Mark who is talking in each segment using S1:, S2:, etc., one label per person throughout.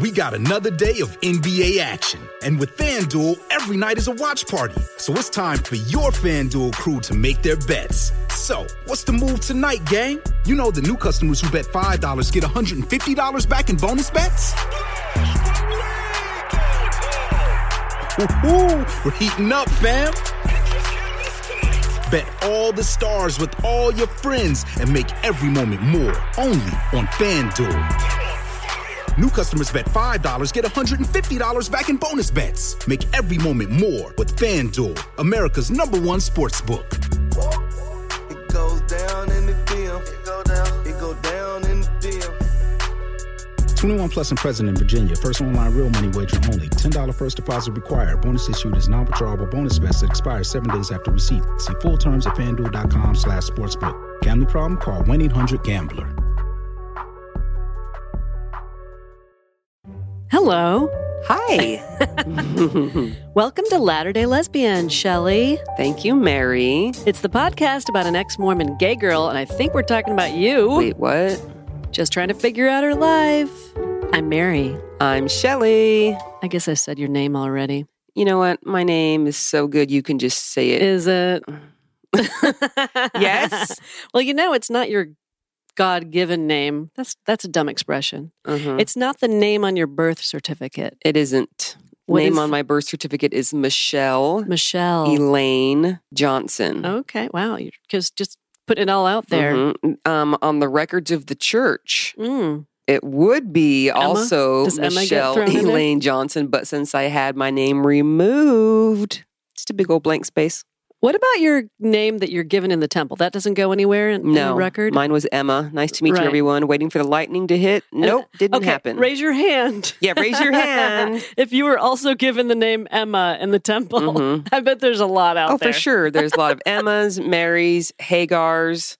S1: we got another day of NBA action. And with FanDuel, every night is a watch party. So it's time for your FanDuel crew to make their bets. So, what's the move tonight, gang? You know the new customers who bet $5 get $150 back in bonus bets? Woo-hoo, we're heating up, fam. Bet all the stars with all your friends and make every moment more only on FanDuel. New customers bet $5, get $150 back in bonus bets. Make every moment more with FanDuel, America's number one sports book.
S2: It goes down in the field. It go down. It go down in the field.
S3: 21 plus and present in Virginia. First online real money wager only. $10 first deposit required. Bonus issued is non-withdrawable bonus vest that expires seven days after receipt. See full terms at fanduel.com slash sportsbook. Gambling problem? Call 1-800-GAMBLER.
S4: Hello.
S5: Hi.
S4: Welcome to Latter day Lesbian, Shelly.
S5: Thank you, Mary.
S4: It's the podcast about an ex Mormon gay girl, and I think we're talking about you.
S5: Wait, what?
S4: Just trying to figure out her life. I'm Mary.
S5: I'm Shelly.
S4: I guess I said your name already.
S5: You know what? My name is so good, you can just say it.
S4: Is it?
S5: yes.
S4: well, you know, it's not your God given name. That's that's a dumb expression. Uh-huh.
S5: Mm.
S4: It's not the name on your birth certificate.
S5: It isn't. What name is Oh. on my birth certificate is Michelle.
S4: Michelle
S5: Elaine Johnson.
S4: Okay. Wow. Because just putting it all out there.
S5: Mm-hmm. Um, on the records of the church.
S4: Mm.
S5: It would be Emma? also Does Michelle Elaine Johnson, but since I had my name removed, just a big old blank space.
S4: What about your name that you're given in the temple? That doesn't go anywhere in,
S5: no,
S4: in the record?
S5: Mine was Emma. Nice to meet right. you, everyone. Waiting for the lightning to hit. Nope, and, didn't
S4: okay,
S5: happen.
S4: Raise your hand.
S5: Yeah, raise your hand.
S4: if you were also given the name Emma in the temple, mm-hmm. I bet there's a lot out
S5: oh,
S4: there.
S5: Oh, for sure. There's a lot of Emmas, Marys, Hagars.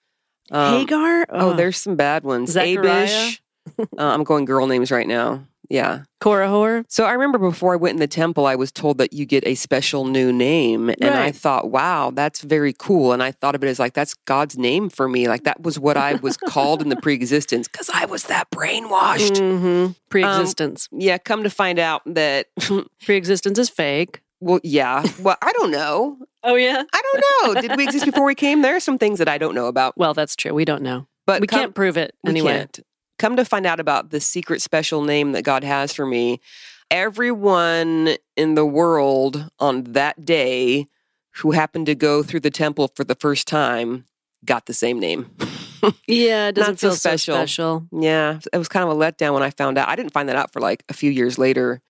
S4: Um, Hagar?
S5: Oh. oh. there's some bad ones.
S4: Zechariah?
S5: Abish. uh, I'm going girl names right now. Yeah.
S4: Korahor.
S5: So I remember before I went in the temple, I was told that you get a special new name. And right. I thought, wow, that's very cool. And I thought of it as like, that's God's name for me. Like, that was what I was called in the pre existence because I was that brainwashed.
S4: Mm-hmm. Pre existence.
S5: Um, yeah. Come to find out that Um,
S4: pre existence is fake.
S5: Well, yeah. Well, I don't know.
S4: oh, yeah.
S5: I don't know. Did we exist before we came? There are some things that I don't know about.
S4: Well, that's true. We don't know.
S5: But
S4: we come, can't prove it anyway.
S5: Can't come to find out about the secret special name that God has for me, everyone in the world on that day who happened to go through the temple for the first time got the same name.
S4: yeah, it doesn't Not feel so special. so special.
S5: Yeah, it was kind of a letdown when I found out. I didn't find that out for like a few years later,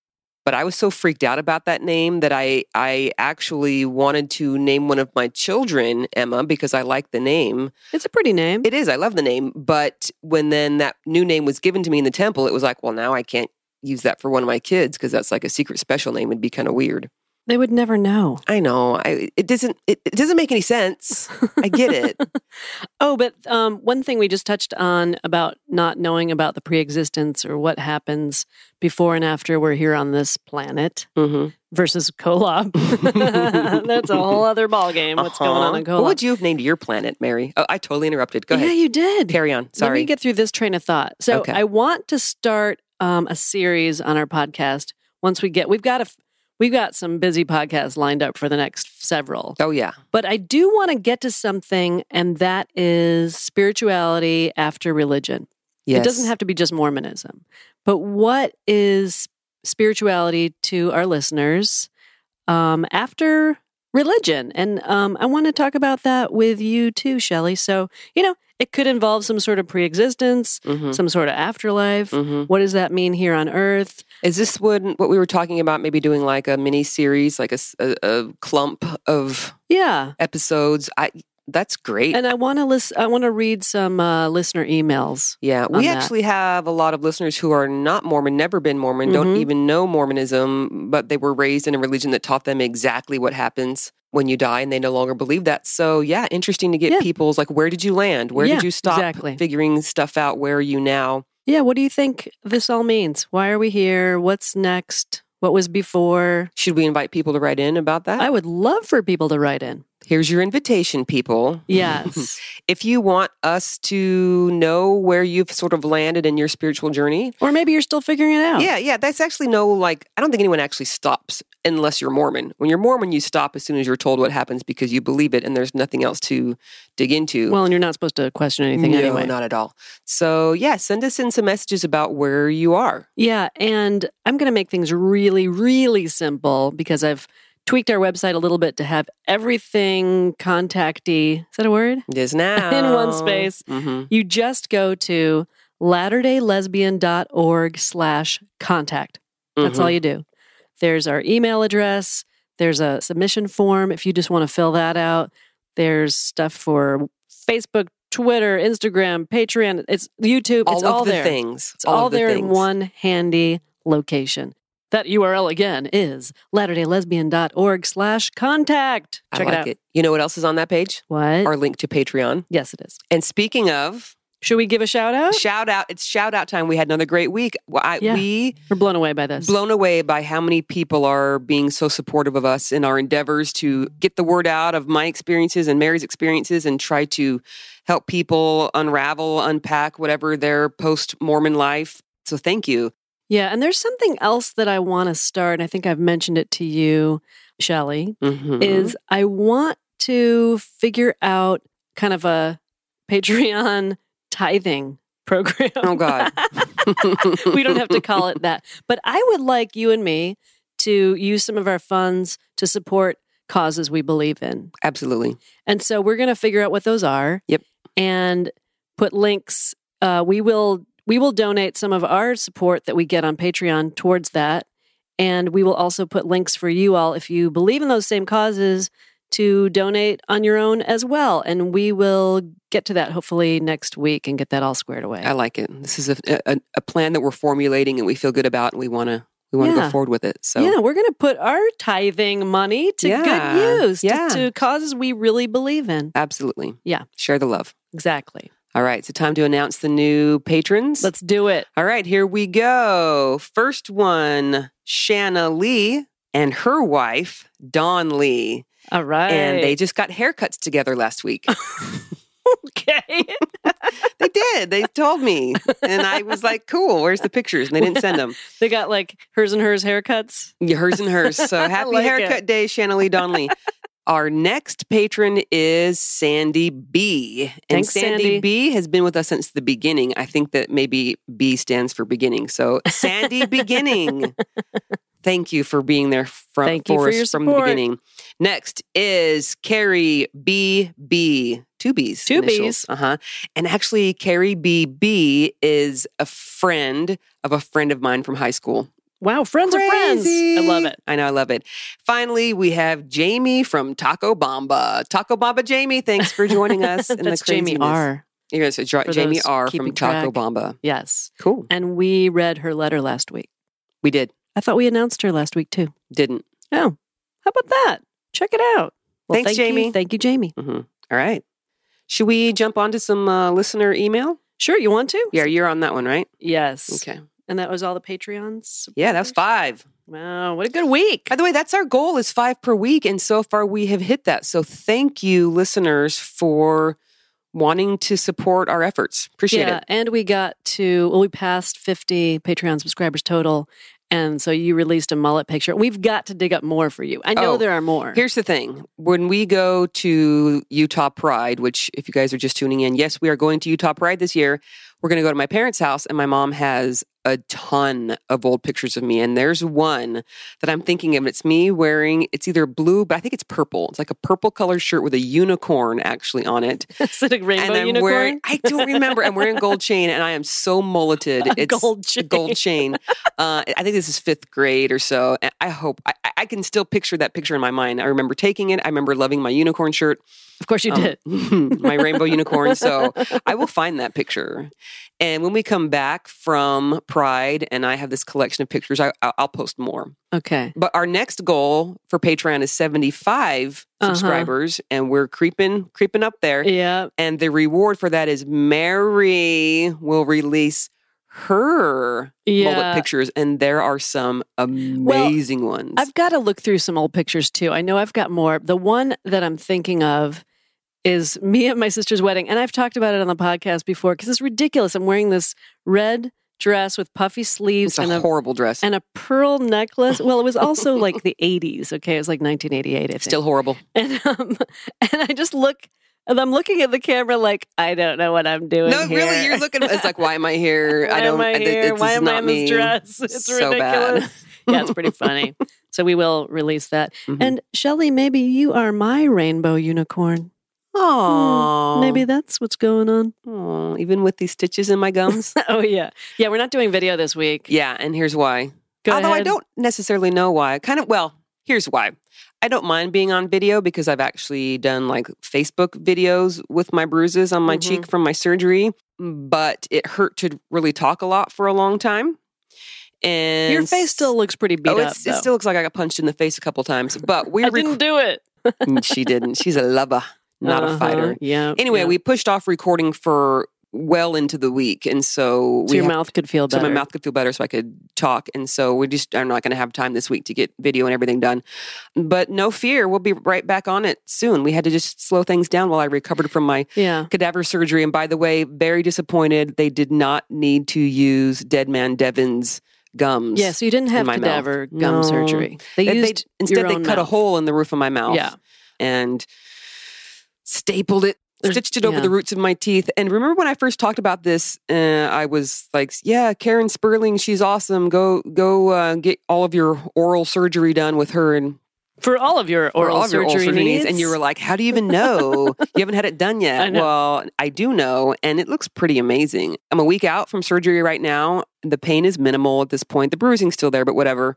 S5: but I was so freaked out about that name that I I actually wanted to name one of my children Emma because I like the name.
S4: It's a pretty name.
S5: It is. I love the name, but when then that new name was given to me in the temple, it was like, well, now I can't use that for one of my kids because that's like a secret special name would be kind of weird.
S4: They would never know.
S5: I know. I it doesn't it, it doesn't make any sense. I get it.
S4: oh, but um, one thing we just touched on about not knowing about the pre-existence or what happens before and after we're here on this planet
S5: mm-hmm.
S4: versus Kolob. That's a whole other ballgame. What's uh-huh. going on in Kolob?
S5: What would you have named your planet, Mary? Oh, I totally interrupted. Go
S4: yeah,
S5: ahead.
S4: Yeah, you did.
S5: Carry on. Sorry.
S4: Let me get through this train of thought. So
S5: okay.
S4: I want to start um, a series on our podcast. Once we get, we've got a we've got some busy podcasts lined up for the next several.
S5: Oh, yeah.
S4: But I do want to get to something, and that is spirituality after religion.
S5: Yes.
S4: It doesn't have to be just Mormonism, but what is spirituality to our listeners um, after religion? And um, I want to talk about that with you too, Shelly. So, you know, it could involve some sort of pre-existence, mm-hmm. some sort of afterlife.
S5: Mm-hmm.
S4: What does that mean here on Earth?
S5: Is this what what we were talking about? Maybe doing like a mini series, like a, a, a, clump of
S4: yeah
S5: episodes. I that's great.
S4: And uh, I want to list. I want to read some uh, listener emails.
S5: Yeah, we actually
S4: that.
S5: have a lot of listeners who are not Mormon, never been Mormon, mm-hmm. don't even know Mormonism, but they were raised in a religion that taught them exactly what happens when you die and they no longer believe that. So yeah, interesting to get
S4: yeah.
S5: people's like where did you land? Where
S4: yeah,
S5: did you stop
S4: exactly.
S5: figuring stuff out? Where are you now?
S4: Yeah, what do you think this all means? Why are we here? What's next? What was before?
S5: Should we invite people to write in about that?
S4: I would love for people to write in.
S5: Here's your invitation, people.
S4: Yes.
S5: If you want us to know where you've sort of landed in your spiritual journey,
S4: or maybe you're still figuring it out.
S5: yeah, yeah, that's actually no, like, I don't think anyone actually stops unless you're Mormon. When you're Mormon, you stop as soon as you're told what happens because you believe it and there's nothing else to dig into.
S4: Well, and you're not supposed to question anything
S5: no,
S4: anyway.
S5: not at all. So, yeah, send us in some messages about where you are.
S4: Yeah, and I'm going to make things really, really simple because I've tweaked our website a little bit to have everything contacty. Is that a word?
S5: It is now.
S4: In one space.
S5: hmm
S4: You just go to latterdaylesbian.org slash contact. That's
S5: mm-hmm.
S4: all you do. There's our email address. There's a submission form if you just want to fill that out. There's stuff for Facebook, Twitter, Instagram, Patreon. It's YouTube.
S5: All
S4: it's
S5: of
S4: all
S5: the
S4: there.
S5: things.
S4: It's all,
S5: of the
S4: there in
S5: things.
S4: one handy location. That URL again is latterdaylesbian.org slash contact.
S5: I
S4: Check
S5: like
S4: it out.
S5: You know what else is on that page?
S4: What?
S5: Our link to Patreon.
S4: yes, it is.
S5: And speaking of,
S4: Should we give a shout out?
S5: shout out, it's shout out time. We had another great week. Well, I,
S4: Yeah.
S5: We
S4: We're blown away by this.
S5: blown away by how many people are being so supportive of us in our endeavors to get the word out of my experiences and Mary's experiences and try to help people unravel, unpack whatever their post Mormon life. So thank you.
S4: yeah, and there's something else that I want to start. and I think I've mentioned it to you, Shelley,
S5: Mhm.
S4: is I want to figure out kind of a Patreon tithing program.
S5: oh God,
S4: we don't have to call it that. But I would like you and me to use some of our funds to support causes we believe in.
S5: absolutely.
S4: And so we're going to figure out what those are.
S5: Yep.
S4: And put links. Uh, we will we will donate some of our support that we get on Patreon towards that, and we will also put links for you all if you believe in those same causes to donate on your own as well. And we will get to that hopefully next week and get that all squared away.
S5: I like it. This is a, a, a plan that we're formulating and we feel good about, and we want to we want to
S4: Yeah.
S5: go forward with it. So
S4: Yeah, we're going to put our tithing money to
S5: Yeah,
S4: good use, to-
S5: yeah.
S4: to, causes we really believe in.
S5: absolutely,
S4: Yeah.
S5: share the love.
S4: Exactly.
S5: All right, so time to announce the new patrons.
S4: Let's do it.
S5: All right, here we go. First one, Shanna Lee and her wife Dawn Lee,
S4: All right.
S5: and they just got haircuts together last week.
S4: okay.
S5: they did. They told me, and I was like, "Cool, where's the picters?" And they didn't send them.
S4: they got like hers and hers haircuts.
S5: Yeah, hers and hers.
S4: I
S5: So happy
S4: like
S5: haircut
S4: it.
S5: day, Shanley Donnelly. Our next patron is Sandy B. And
S4: Thanks, Sandy.
S5: B has been with us since the beginning. I think that maybe B stands for beginning. So Sandy Beginning. Thank you for being there from
S4: Thank you for
S5: us
S4: your
S5: from the
S4: support.
S5: beginning. Next is Carrie B B. Two B's.
S4: Two Bs.
S5: Uh huh. And actually, Carrie B B is a friend of a friend of mine from high school.
S4: Wow, friends are friends. I love it.
S5: I know, I love it. Finally, we have Jamie from Taco Bamba. Taco Bamba, Jamie, thanks for joining us. in
S4: That's
S5: the
S4: Jamie
S5: craziness.
S4: R.
S5: Yes, it's Dra-
S4: for
S5: Jamie
S4: those
S5: R. from
S4: keeping
S5: Taco
S4: track.
S5: Bamba.
S4: Yes.
S5: Cool.
S4: And we read her letter last week.
S5: We did.
S4: I thought we announced her last week too.
S5: Didn't.
S4: Oh, how about that? Check it out. Well,
S5: Thanks,
S4: thank you.
S5: Jamie.
S4: Thank you, Jamie.
S5: Mhm. All right. Should we jump on to some uh, listener email?
S4: Sure, you want to?
S5: Yeah, you're on that one, right?
S4: Yes.
S5: Okay.
S4: And that was all the Patreons.
S5: Yeah, that was five.
S4: Wow, what a good week.
S5: By the way, that's our goal is five per week, and so far we have hit that. So thank you, listeners, for wanting to support our efforts. Appreciate
S4: yeah,
S5: it.
S4: and we got to well, we passed fifty Patreon subscribers total, and so you released a mullet picture. We've got to dig up more for you. I know
S5: Oh,
S4: there are more.
S5: Here's the thing. When we go to Utah Pride, which if you guys are just tuning in, yes, we are going to Utah Pride this year. We're going to go to my parents' house and my mom has a ton of old pictures of me and there's one that I'm thinking of and it's me wearing it's either blue but I think it's purple. It's like a purple colored shirt with a unicorn actually on it.
S4: Is it a rainbow
S5: and I'm
S4: unicorn?
S5: wearing I don't remember. I'm wearing gold chain and I am so mulleted.
S4: A
S5: it's
S4: gold
S5: a gold chain. Uh, I think this is fifth grade or so. And I hope I, I can still picture that picture in my mind. I remember taking it. I remember loving my unicorn shirt,
S4: of course you
S5: um,
S4: did.
S5: my rainbow unicorn. So I will find that picture. And when we come back from Pride, and I have this collection of pictures, I, I'll I'll post more.
S4: Okay.
S5: But our next goal for Patreon is 75
S4: Uh-huh.
S5: subscribers, and we're creeping creeping up there.
S4: Yeah.
S5: And the reward for that is Mary will release her
S4: Yeah.
S5: bullet pictures, and there are some amazing ones.
S4: I've got to look through some old pictures too. I know I've got more. The one that I'm thinking of is me at my sister's wedding, and I've talked about it on the podcast before because it's ridiculous. I'm wearing this red dress with puffy sleeves
S5: it's a
S4: and a
S5: horrible dress.
S4: and a pearl necklace. Well, it was also like the 80s. Okay, it was like 1988. I think.
S5: Still horrible.
S4: and um, and I just look. And I'm looking at the camera like I don't know what I'm doing.
S5: No, really,
S4: here.
S5: you're looking. It's like, why am I here?
S4: Why
S5: I
S4: am
S5: don't.
S4: I
S5: th-
S4: here?
S5: This
S4: Why
S5: is
S4: am
S5: not
S4: I in
S5: me.
S4: this dress? It's
S5: So bad.
S4: ridiculous. yeah, it's pretty funny. So we will release that.
S5: Mhm.
S4: And Shelly, maybe you are my rainbow unicorn.
S5: Aw.
S4: hmm, Maybe that's what's going on.
S5: Aw, even with these stitches in my gums.
S4: Oh yeah, yeah. We're not doing video this week.
S5: yeah, and here's why.
S4: Go
S5: Although I
S4: ahead.
S5: don't necessarily know why. Kind of. Well, here's why. I don't mind being on video because I've actually done like Facebook videos with my bruises on my
S4: Mhm.
S5: cheek from my surgery, but it hurt to really talk a lot for a long time. And
S4: Your face still looks pretty beat
S5: oh,
S4: up.
S5: it's, it
S4: though.
S5: still looks like I got punched in the face a couple times, but we
S4: I
S5: rec- Mm,
S4: didn't do it.
S5: she didn't. She's a lover, not
S4: Uh-huh.
S5: a fighter.
S4: Yeah.
S5: Anyway,
S4: yeah.
S5: we pushed off recording for well into the week, and so
S4: so
S5: we
S4: your
S5: had-
S4: mouth could feel
S5: so
S4: better.
S5: my mouth could feel better, so I could talk. And so we just are not going to have time this week to get video and everything done. But no fear, we'll be right back on it soon. We had to just slow things down while I recovered from my
S4: Yeah.
S5: cadaver surgery. And by the way, very disappointed they did not need to use Dead Man Devin's gums.
S4: Yeah. So you didn't have
S5: my mouth.
S4: cadaver gum
S5: No.
S4: surgery. They,
S5: They- they-
S4: used
S5: instead
S4: your
S5: they
S4: own
S5: cut a
S4: mouth.
S5: hole in the roof of my mouth
S4: Yeah.
S5: and stapled it
S4: There's-
S5: stitched it over
S4: yeah.
S5: the roots of my teeth and remember when i first talked about this uh, i was like yeah karen sperling she's awesome go go uh, get all of your oral surgery done with her and
S4: for all of your
S5: or
S4: oral
S5: all of your
S4: surgery
S5: oral surgery needs. and you
S4: needs.
S5: were like how do you even know you haven't had it done yet
S4: I know.
S5: well i do know and it looks pretty amazing i'm a week out from surgery right now the pain is minimal at this point the bruising's still there but whatever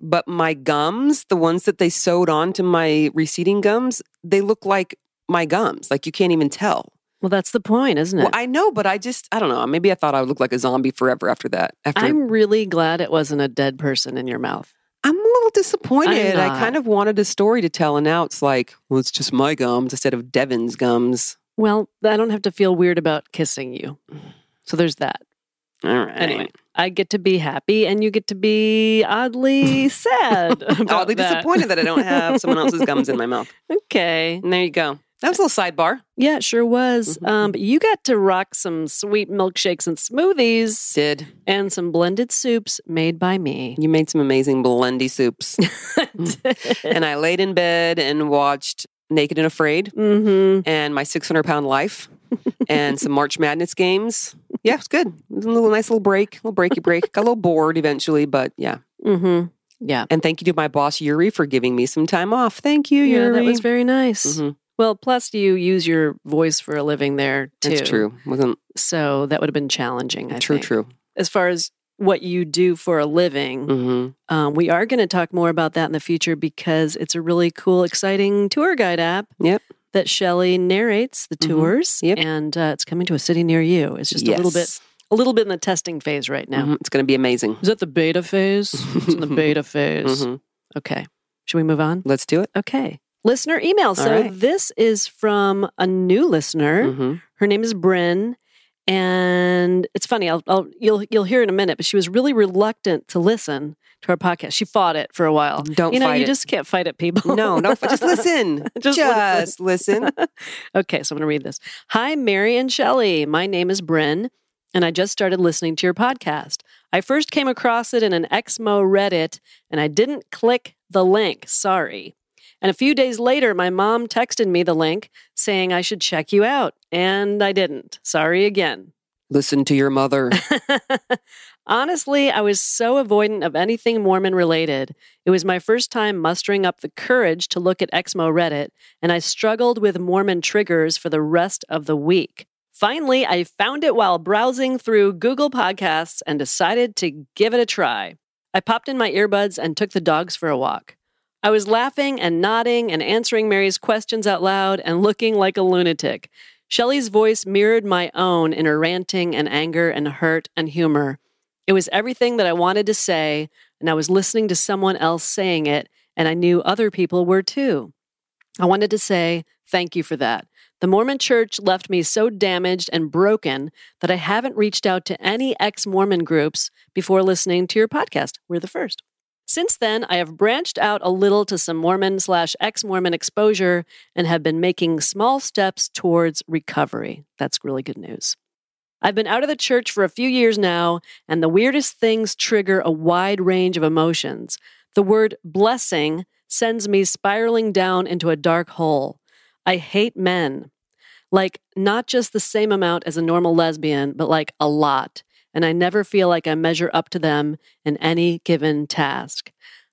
S5: but my gums the ones that they sewed onto my receding gums they look like my gums like you can't even tell
S4: Well, that's the point, isn't it?
S5: well i know but i just i don't know maybe i thought i would look like a zombie forever after that after
S4: I'm really glad it wasn't a dead person in your mouth.
S5: I'm a little disappointed.
S4: I'm
S5: I kind of wanted a story to tell, and now it's like, well, it's just my gums instead of Devin's gums.
S4: Well, I don't have to feel weird about kissing you. So there's that.
S5: All right.
S4: Anyway, I get to be happy and you get to be oddly sad. about
S5: oddly
S4: that.
S5: disappointed that I don't have someone else's gums in my mouth.
S4: Okay.
S5: And there you go. That was a little sidebar.
S4: Yeah, it sure was.
S5: Mhm.
S4: Um, but you got to rock some sweet milkshakes and smoothies
S5: Did
S4: and some blended soups made by me.
S5: you made some amazing blendy soups?
S4: mm-hmm.
S5: and I laid in bed and watched Naked and Afraid
S4: Mm-hmm.
S5: and my 600 pound life and some March Madness games. Yeah, it's good. It was a little nice little break, little breaky break. Got a little bored eventually, but yeah.
S4: Mm-hmm. Yeah.
S5: And thank you to my boss Yuri for giving me some time off. Thank you,
S4: Yeah,
S5: Yuri.
S4: that was very nice.
S5: Mhm.
S4: Well, plus you use your voice for a living there too.
S5: That's true. Wasn't
S4: So that would have been challenging. I
S5: true.
S4: think.
S5: True.
S4: As far as what you do for a living,
S5: hmm
S4: um, we are going to talk more about that in the future because it's a really cool, exciting tour guide app.
S5: Yep. Mm-hmm.
S4: That Shelly narrates the tours,
S5: Yep.
S4: and uh, it's coming to a city near you. It's just a little bit, a little bit in the testing phase right now.
S5: Mhm. It's going to be amazing.
S4: Is that the beta phase? it's in the beta phase.
S5: Mhm.
S4: Okay. Should we move on?
S5: Let's do it.
S4: Okay. Listener email. So
S5: right.
S4: this is from a new listener.
S5: hmm
S4: Her name is Bryn, and it's funny. I'll, I'll you'll you'll hear in a minute, but she was really reluctant to listen to our podcast. She fought it for a while.
S5: Don't
S4: you know,
S5: fight
S4: you
S5: it.
S4: just can't fight it, people.
S5: No, no. Just listen.
S4: Just
S5: just listen.
S4: okay, so I'm going to read this. Hi, Mary and Shelley. My name is Bryn, and I just started listening to your podcast. I first came across it in an Exmo Reddit, and I didn't click the link. Sorry. And a few days later, my mom texted me the link saying I should check you out, and I didn't. Sorry again.
S5: listen to your mother.
S4: Honestly, I was so avoidant of anything Mormon related. It was my first time mustering up the courage to look at Exmo Reddit, and I struggled with Mormon triggers for the rest of the week. Finally, I found it while browsing through Google Podcasts and decided to give it a try. I popped in my earbuds and took the dogs for a walk. I was laughing and nodding and answering Mary's questions out loud and looking like a lunatic. Shelley's voice mirrored my own in her ranting and anger and hurt and humor. It was everything that I wanted to say, and I was listening to someone else saying it, and I knew other people were too. I wanted to say thank you for that. The Mormon church left me so damaged and broken that I haven't reached out to any ex Mormon groups before listening to your podcast. We're the first. Since then, I have branched out a little to some Mormon slash ex Mormon exposure and have been making small steps towards recovery. That's really good news. I've been out of the church for a few years now, and the weirdest things trigger a wide range of emotions. The word blessing sends me spiraling down into a dark hole. I hate men. Like, not just the same amount as a normal lesbian, but like a lot. And I never feel like I measure up to them in any given task.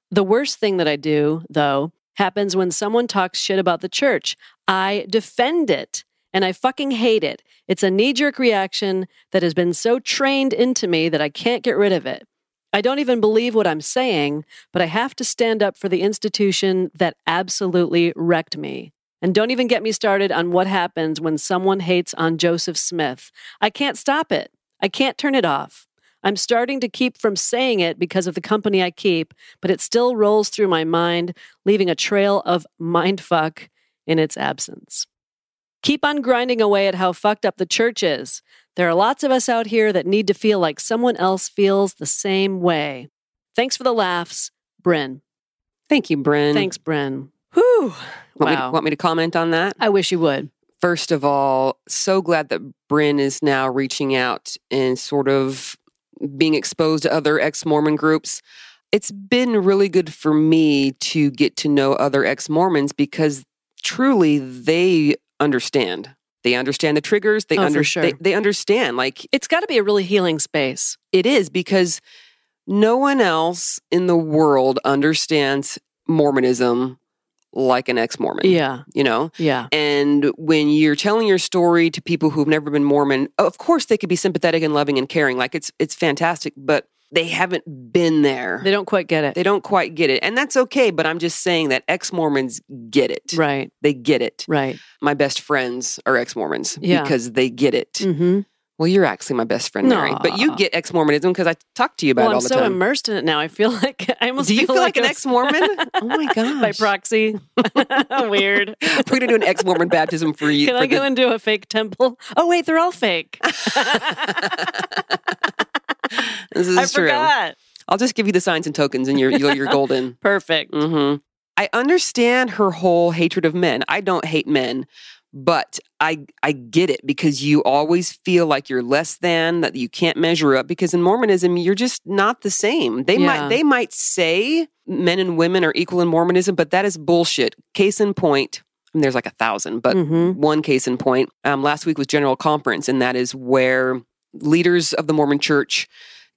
S4: The worst thing that I do, though, happens when someone talks shit about the church. I defend it and I fucking hate it. It's a knee jerk reaction that has been so trained into me that I can't get rid of it. I don't even believe what I'm saying, but I have to stand up for the institution that absolutely wrecked me. And don't even get me started on what happens when someone hates on Joseph Smith. I can't stop it. I can't turn it off. I'm starting to keep from saying it because of the company I keep, but it still rolls through my mind, leaving a trail of mindfuck in its absence. Keep on grinding away at how fucked up the church is. There are lots of us out here that need to feel like someone else feels the same way. Thanks for the laughs, Bryn.
S5: Thank you, Bryn.
S4: Thanks, Bryn. Whew.
S5: Want, me to,
S4: Wow.
S5: want me to comment on that?
S4: I wish you would.
S5: First of all, so glad that Bryn is now reaching out and sort of being exposed to other ex Mormon groups. It's been really good for me to get to know other ex Mormons because truly they understand. They understand the triggers. They,
S4: Oh, for
S5: under-
S4: sure.
S5: they, they understand. Like
S4: It's got to be a really healing space.
S5: it is because no one else in the world understands Mormonism like an ex Mormon.
S4: Yeah.
S5: You know?
S4: Yeah.
S5: And when you're telling your story to people who've never been Mormon, of course they could be sympathetic and loving and caring. Like it's it's fantastic, but they haven't been there.
S4: They don't quite get it.
S5: They don't quite get it. And that's okay, but I'm just saying that ex-Mormons get it.
S4: Right.
S5: They get it.
S4: Right.
S5: My best friends are ex-Mormons
S4: Yeah.
S5: because they get it.
S4: Mm-hmm.
S5: Well, you're actually my best friend, Mary, but you
S4: Aw.
S5: get ex-Mormonism because I talk to you about
S4: Well,
S5: it all
S4: I'm
S5: the
S4: so
S5: time.
S4: immersed in it now. I feel like I almost
S5: Do you feel like an
S4: I was-
S5: ex-Mormon? Oh my
S4: By
S5: gosh.
S4: proxy. Weird.
S5: We're going to do an ex-Mormon baptism for you.
S4: Can
S5: for
S4: I go
S5: the-
S4: and do a fake temple? Oh wait, they're all fake.
S5: This is
S4: I
S5: true.
S4: forgot.
S5: I'll just give you the signs and tokens, and you're you're, you're golden.
S4: Perfect.
S5: hmm I understand her whole hatred of men. I don't hate men, but I I get it because you always feel like you're less than that you can't measure up. Because in Mormonism, you're just not the same. They
S4: Yeah.
S5: might they might say men and women are equal in Mormonism, but that is bullshit. Case in point. And there's like a thousand, but
S4: Mhm.
S5: one case in point. Um, last week was General Conference, and that is where leaders of the Mormon Church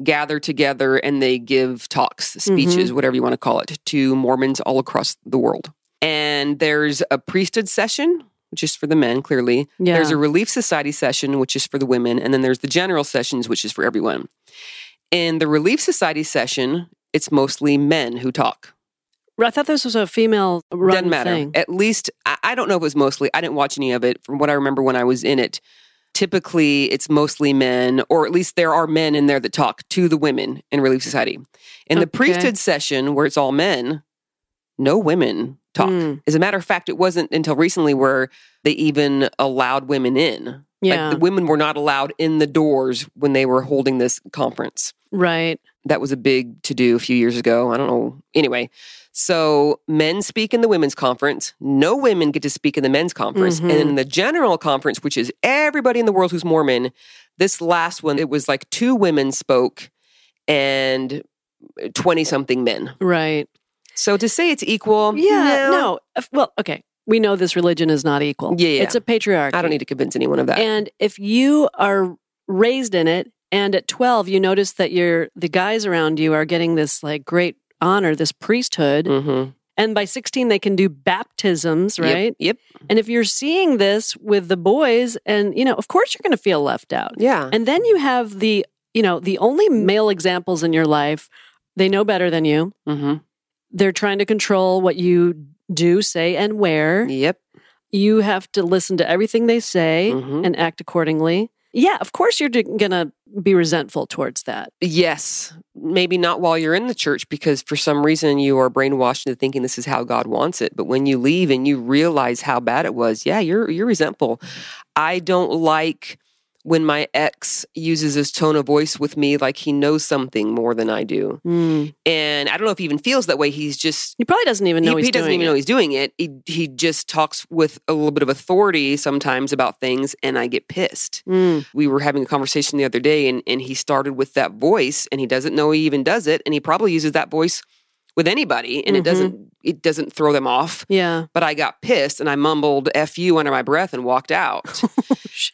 S5: gather together and they give talks, speeches, whatever you want to call it, to Mormons all across the world. And there's a priesthood session, which is for the men, clearly.
S4: Yeah.
S5: There's a relief society session, which is for the women. And then there's the general sessions, which is for everyone. In the relief society session, it's mostly men who talk.
S4: I thought this was a female run
S5: Doesn't matter.
S4: thing.
S5: At least I, I don't know if it was mostly. I didn't watch any of it. From what I remember when I was in it, typically it's mostly men, or at least there are men in there that talk to the women in Relief Society. In the
S4: Okay.
S5: priesthood session where it's all men, no women talk.
S4: Mm.
S5: As a matter of fact, it wasn't until recently where they even allowed women in.
S4: Yeah.
S5: Like the women were not allowed in the doors when they were holding this conference
S4: Right.
S5: that was a big to do a few years ago. I don't know. Anyway, so men speak in the women's conference. No women get to speak in the men's conference. And
S4: Mm-hmm.
S5: then in the general conference, which is everybody in the world who's Mormon, this last one, it was like two women spoke and 20 something men.
S4: Right.
S5: So to say it's equal,
S4: Yeah. No. If- Well, okay. We know this religion is not equal.
S5: Yeah, yeah.
S4: It's a patriarchy.
S5: I don't need to convince anyone of that.
S4: And if you are raised in it and at 12 you notice that you're the guys around you are getting this like great honor, this priesthood,
S5: Mhm.
S4: and by 16 they can do baptisms,
S5: Yep,
S4: right?
S5: Yep.
S4: And if you're seeing this with the boys and you know, of course you're going to feel left out.
S5: Yeah.
S4: And then you have the, you know, the only male examples in your life, they know better than you.
S5: Mm-hmm.
S4: They're trying to control what you do, say, and wear.
S5: Yep.
S4: You have to listen to everything they say
S5: Mhm.
S4: and act accordingly. Yeah, of course you're going to be resentful towards that.
S5: Yes, maybe not while you're in the church because for some reason you are brainwashed into thinking this is how God wants it. But when you leave and you realize how bad it was, yeah, you're you're resentful. I don't like when my ex uses his tone of voice with me like he knows something more than I do.
S4: Mm.
S5: And I don't know if he even feels that way. He's just
S4: He probably doesn't even know
S5: he,
S4: he's
S5: he doesn't
S4: doing
S5: even
S4: it.
S5: know he's doing it. He, he just talks with a little bit of authority sometimes about things, and I get pissed.
S4: Mm.
S5: We were having a conversation the other day, and, and he started with that voice, and he doesn't know he even does it, and he probably uses that voice with anybody, and
S4: Mhm.
S5: it doesn't it doesn't throw them off.
S4: Yeah.
S5: But I got pissed, and I mumbled "f you" under my breath and walked out.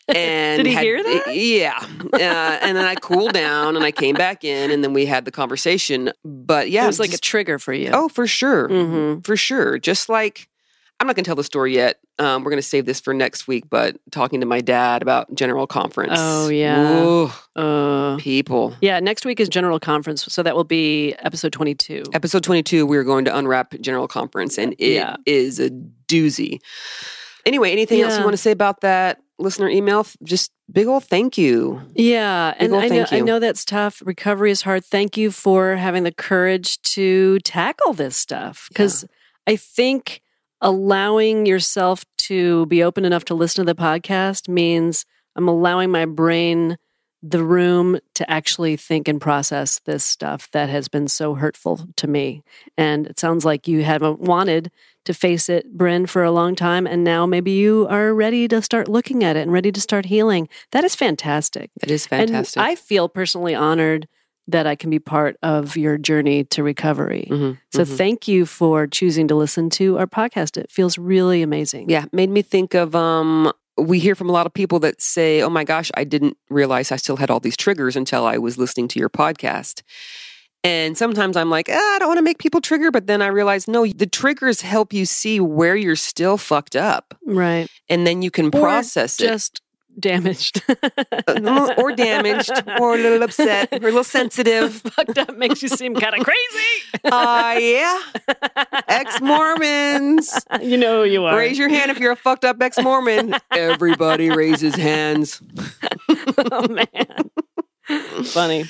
S5: And
S4: Did he
S5: had-
S4: hear that?
S5: Yeah. Uh, and then I cooled down, and I came back in, and then we had the conversation. But yeah,
S4: it was like a
S5: just-
S4: trigger for you.
S5: oh for sure
S4: hmm
S5: for sure. Just like I'm not going to tell the story yet. Um, we're going to save this for next week. But talking to my dad about general conference.
S4: Oh, yeah.
S5: Ooh,
S4: Uh,
S5: people.
S4: yeah, next week is general conference, so that will be episode 22.
S5: Episode 22. We're going to unwrap general conference, and it is
S4: Yeah.
S5: a doozy. Anyway, anything else you
S4: Yeah.
S5: want to say about that listener email? Th- Just big old thank you.
S4: Yeah,
S5: Big
S4: and
S5: ol'
S4: I know
S5: thank
S4: I
S5: you.
S4: know that's tough. Recovery is hard. Thank you for having the courage to tackle this stuff because I think allowing yourself to be open enough to listen to the podcast means I'm allowing my brain the room to actually think and process this stuff that has been so hurtful to me. And it sounds like you haven't wanted to face it, Bryn, for a long time. And now maybe you are ready to start looking at it and ready to start healing. That is fantastic.
S5: That is
S4: And
S5: fantastic.
S4: I feel personally honored that I can be part of your journey to recovery.
S5: Mhm,
S4: So
S5: mhm.
S4: thank you for choosing to listen to our podcast. It feels really amazing.
S5: Yeah, made me think of um we hear from a lot of people that say, "Oh my gosh, I didn't realize I still had all these triggers until I was listening to your podcast." And sometimes I'm like, ah, I don't want to make people trigger, but then I realize, no, the triggers help you see where you're still fucked up,
S4: Right.
S5: and then you can
S4: Or
S5: process it.
S4: Just damaged
S5: Uh, or damaged, or a little upset, or a little sensitive.
S4: Fucked up makes you seem kind of crazy.
S5: Uh, yeah, ex Mormons.
S4: you know who you are.
S5: Raise your hand if you're a fucked up ex Mormon. Everybody raises hands.
S4: oh man. Funny.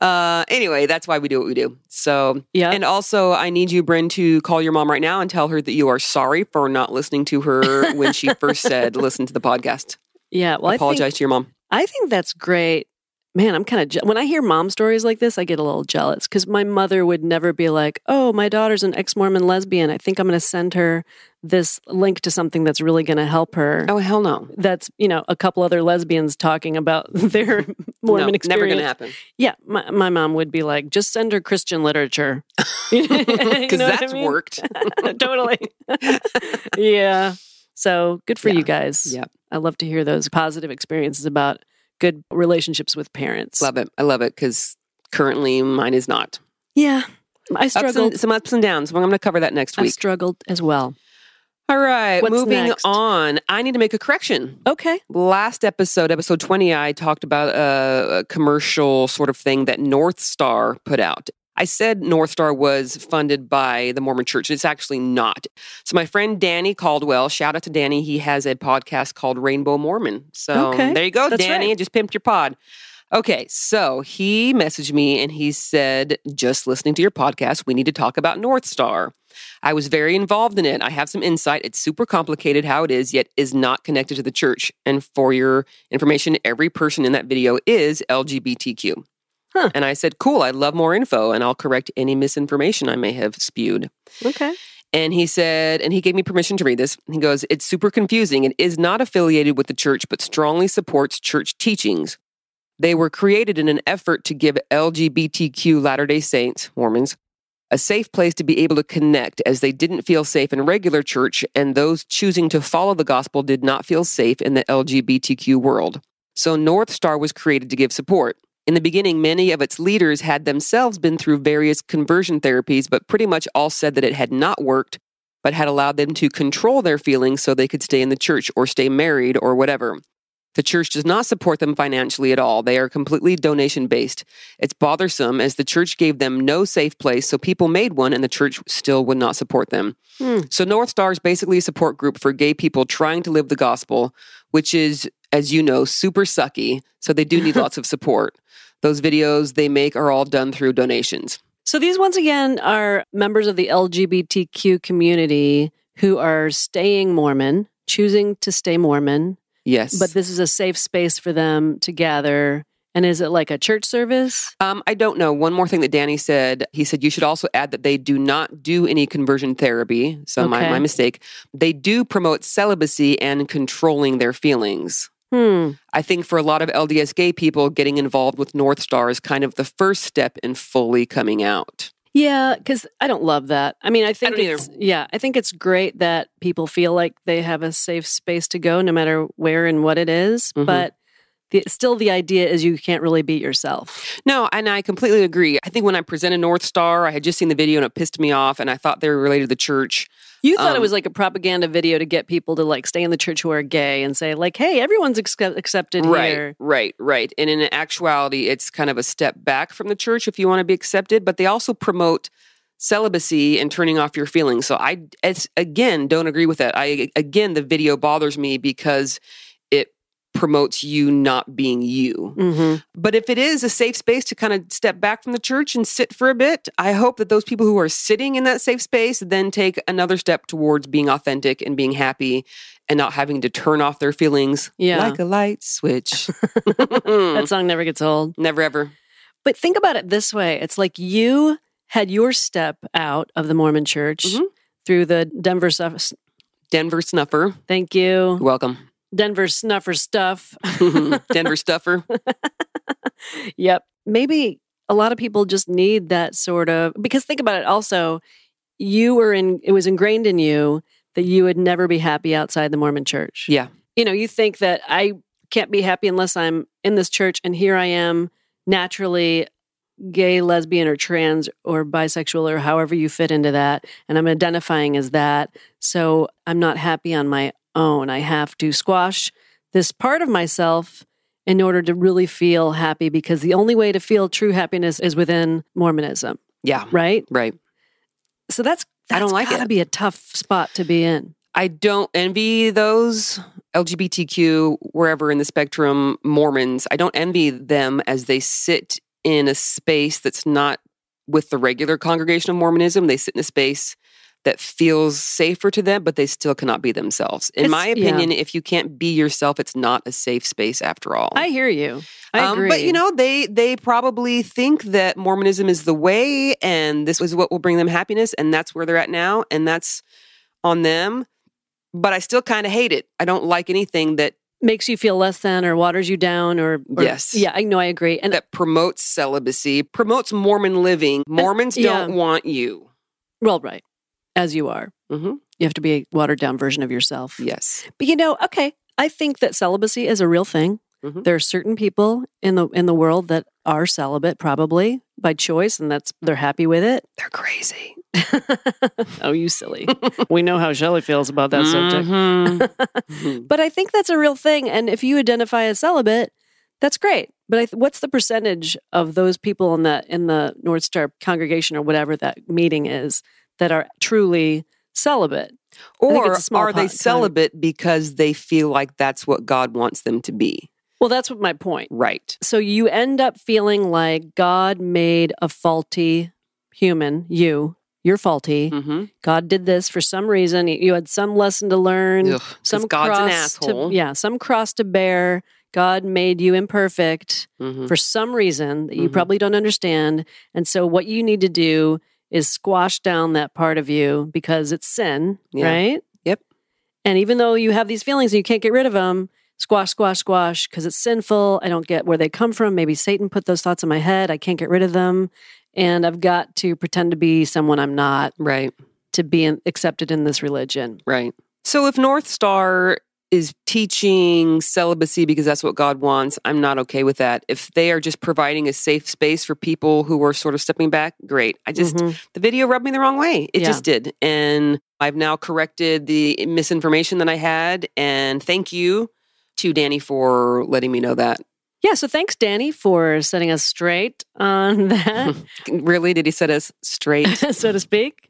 S5: Uh, anyway, that's why we do what we do. So,
S4: Yeah.
S5: and also, I need you, Bryn, to call your mom right now and tell her that you are sorry for not listening to her when she first said, "Listen to the podcast."
S4: yeah. Well, I
S5: Apologize
S4: think
S5: to your mom.
S4: I think that's great. Man, I'm kind of je- when I hear mom stories like this, I get a little jealous because my mother would never be like, "Oh, my daughter's an ex-Mormon lesbian. I think I'm going to send her this link to something that's really going to help her."
S5: Oh hell no!
S4: That's you know a couple other lesbians talking about their Mormon
S5: no,
S4: experience.
S5: Never gonna happen.
S4: Yeah, my, my mom would be like, "Just send her Christian literature," because
S5: Because that's worked.
S4: totally. yeah. So good for
S5: Yeah.
S4: you guys.
S5: Yep.
S4: I love to hear those positive experiences about good relationships with parents.
S5: Love it. I love it because currently mine is not.
S4: Yeah. I
S5: Ups
S4: struggled.
S5: and, some ups and downs. I'm gonna cover that next
S4: I
S5: week.
S4: struggled as well.
S5: All right.
S4: What's
S5: moving
S4: next?
S5: on. I need to make a correction.
S4: Okay.
S5: last episode, episode 20, I talked about a, a commercial sort of thing that North Star put out. I said North Star was funded by the Mormon Church. It's actually not. So my friend Danny Caldwell, shout out to Danny. He has a podcast called Rainbow Mormon. So
S4: Okay.
S5: there you go,
S4: That's
S5: Danny.
S4: right.
S5: Just pimped your pod. Okay, so he messaged me and he said, just listening to your podcast, we need to talk about North Star. I was very involved in it. I have some insight. It's super complicated how it is, yet is not connected to the church. And for your information, every person in that video is LGBTQ.
S4: Huh.
S5: And I said, cool, I'd love more info and I'll correct any misinformation I may have spewed.
S4: Okay.
S5: And he said, and he gave me permission to read this. He goes, It's super confusing. It is not affiliated with the church, but strongly supports church teachings. They were created in an effort to give LGBTQ Latter day Saints, Mormons, a safe place to be able to connect as they didn't feel safe in regular church, and those choosing to follow the gospel did not feel safe in the LGBTQ world. So North Star was created to give support. In the beginning, many of its leaders had themselves been through various conversion therapies, but pretty much all said that it had not worked, but had allowed them to control their feelings so they could stay in the church or stay married or whatever. The church does not support them financially at all. They are completely donation based. It's bothersome as the church gave them no safe place, so people made one and the church still would not support them.
S4: Hmm.
S5: So, North Star is basically a support group for gay people trying to live the gospel, which is as you know, super sucky. So they do need lots of support. Those videos they make are all done through donations.
S4: So these once again are members of the LGBTQ community who are staying Mormon, choosing to stay Mormon,
S5: Yes.
S4: but this is a safe space for them to gather. And is it like a church service?
S5: Um, I don't know. One more thing that Danny said, he said you should also add that they do not do any conversion therapy. So my,
S4: Okay.
S5: my mistake. They do promote celibacy and controlling their feelings.
S4: Hmm.
S5: I think for a lot of LDS gay people, getting involved with North Star is kind of the first step in fully coming out.
S4: Yeah, because I don't love that. I mean, I think
S5: don't either.
S4: it's yeah, I think it's great that people feel like they have a safe space to go, no matter where and what it is.
S5: Mhm.
S4: But the, still, the idea is you can't really be yourself.
S5: No, and I completely agree. I think when I presented North Star, I had just seen the video and it pissed me off, and I thought they were related to the church.
S4: You thought it
S5: Um,
S4: was like a propaganda video to get people to like stay in the church who are gay and say like, "Hey, everyone's exce- accepted
S5: right,
S4: here."
S5: Right, right. And in actuality, it's kind of a step back from the church if you want to be accepted, but they also promote celibacy and turning off your feelings. So I it's, again don't agree with that. I again the video bothers me because it promotes you not being you.
S4: Mm-hmm.
S5: But if it is a safe space to kind of step back from the church and sit for a bit, I hope that those people who are sitting in that safe space then take another step towards being authentic and being happy and not having to turn off their feelings
S4: Yeah.
S5: like a light switch.
S4: That song never gets old.
S5: Never ever.
S4: But think about it this way it's like you had your step out of the Mormon church
S5: Mhm.
S4: through the Denver stuff.
S5: Denver snuffer.
S4: Thank you.
S5: Welcome.
S4: Denver snuffer stuff.
S5: Mm-hmm. Denver stuffer.
S4: yep. Maybe a lot of people just need that sort of, because think about it also, you were in, it was ingrained in you that you would never be happy outside the Mormon church.
S5: Yeah.
S4: You know, you think that I can't be happy unless I'm in this church and here I am naturally gay, lesbian, or trans, or bisexual, or however you fit into that. And I'm identifying as that. So I'm not happy on my own. I have to squash this part of myself in order to really feel happy because the only way to feel true happiness is within Mormonism,
S5: Yeah.
S4: right?
S5: Right.
S4: So that's,
S5: I
S4: that's
S5: don't like
S4: gotta
S5: it.
S4: be a tough spot to be in.
S5: I don't envy those LGBTQ, wherever in the spectrum, Mormons. I don't envy them as they sit in a space that's not with the regular congregation of Mormonism. They sit in a space that feels safer to them, but they still cannot be themselves. In
S4: It's-
S5: my
S4: yeah.
S5: opinion, if you can't be yourself, it's not a safe space after all.
S4: I hear you. I
S5: Oh. Um,
S4: agree.
S5: but you know, they they probably think that Mormonism is the way, and this is what will bring them happiness, and that's where they're at now, and that's on them. But I still kind of hate it. I don't like anything that
S4: makes you feel less than or waters you down or, or-
S5: Yes.
S4: yeah i know i agree and
S5: that promotes celibacy, promotes Mormon living. Mormons don't
S4: yeah.
S5: want you.
S4: well right as you are
S5: hmm
S4: you have to be a watered down version of yourself
S5: Yes,
S4: but you know okay i think that celibacy is a real thing
S5: Mhm.
S4: there are certain people in the in the world that are celibate probably by choice and that's they're happy with it
S5: they're crazy.
S4: oh you silly we know how shelly feels about that subject
S5: Mhm.
S4: but i think that's a real thing and if you identify as celibate that's great but I th- what's the percentage of those people in the in the north star congregation or whatever that meeting is that are truly celibate think
S5: or
S4: it's a small
S5: are they
S4: pot-
S5: celibate because they feel like that's what God wants them to be?
S4: well that's what my point
S5: Right.
S4: so you end up feeling like god made a faulty human you you're faulty
S5: Mm-hmm.
S4: god did this for some reason you had some lesson to learn some
S5: Mm-hmm. God's an
S4: cross to-
S5: asshole.
S4: yeah some cross to bear god made you imperfect
S5: Mhm.
S4: for some reason that you
S5: Mhm.
S4: probably don't understand. And so, what you need to do is squash down that part of you because it's sin,
S5: Yeah.
S4: right?
S5: Yep.
S4: And even though you have these feelings and you can't get rid of them, squash, squash, squash because it's sinful. I don't get where they come from. Maybe Satan put those thoughts in my head. I can't get rid of them. And I've got to pretend to be someone I'm not
S5: Right.
S4: to be in, accepted in this religion.
S5: Right. So if North Star is teaching celibacy because that's what God wants, I'm not okay with that. If they are just providing a safe space for people who are sort of stepping back, great. I just,
S4: Mhm.
S5: the video rubbed me the wrong way. It
S4: Yeah.
S5: just did. And I've now corrected the misinformation that I had. And thank you to Danny for letting me know that.
S4: yeah. So, thanks, Danny, for setting us straight on that.
S5: Really? Did he set us straight?
S4: so to speak.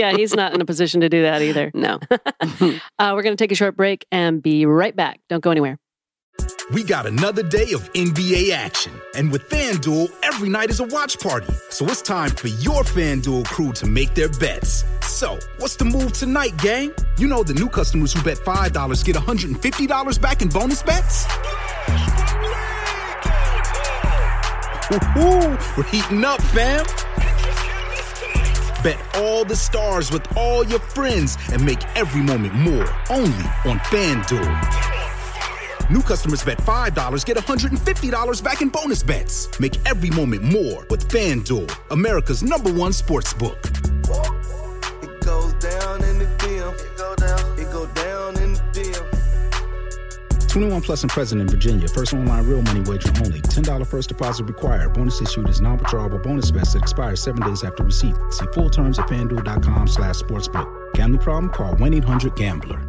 S4: yeah, he's not in a position to do that either.
S5: no.
S4: Uh, we're going to take a short break and be right back. Don't go anywhere.
S1: We got another day of NBA action. And with FanDuel, every night is a watch party. So it's time for your FanDuel crew to make their bets. So, what's the move tonight, gang? You know the new customers who bet $5 get $150 back in bonus bets? Woohoo! We're heating up, fam! Bet all the stars with all your friends and make every moment more only on FanDuel. New customers bet $5, get $150 back in bonus bets. Make every moment more with FanDuel, America's number one sports book.
S2: It goes down in the field. It go down. It go down in the field.
S3: 21 plus and present in Virginia. First online real money wager only. $10 first deposit required. Bonus issued is non-withdrawable bonus vest that expires seven days after receipt. See full terms at fanduel.com slash sportsbook. Gambling problem? Call 1-800-GAMBLER.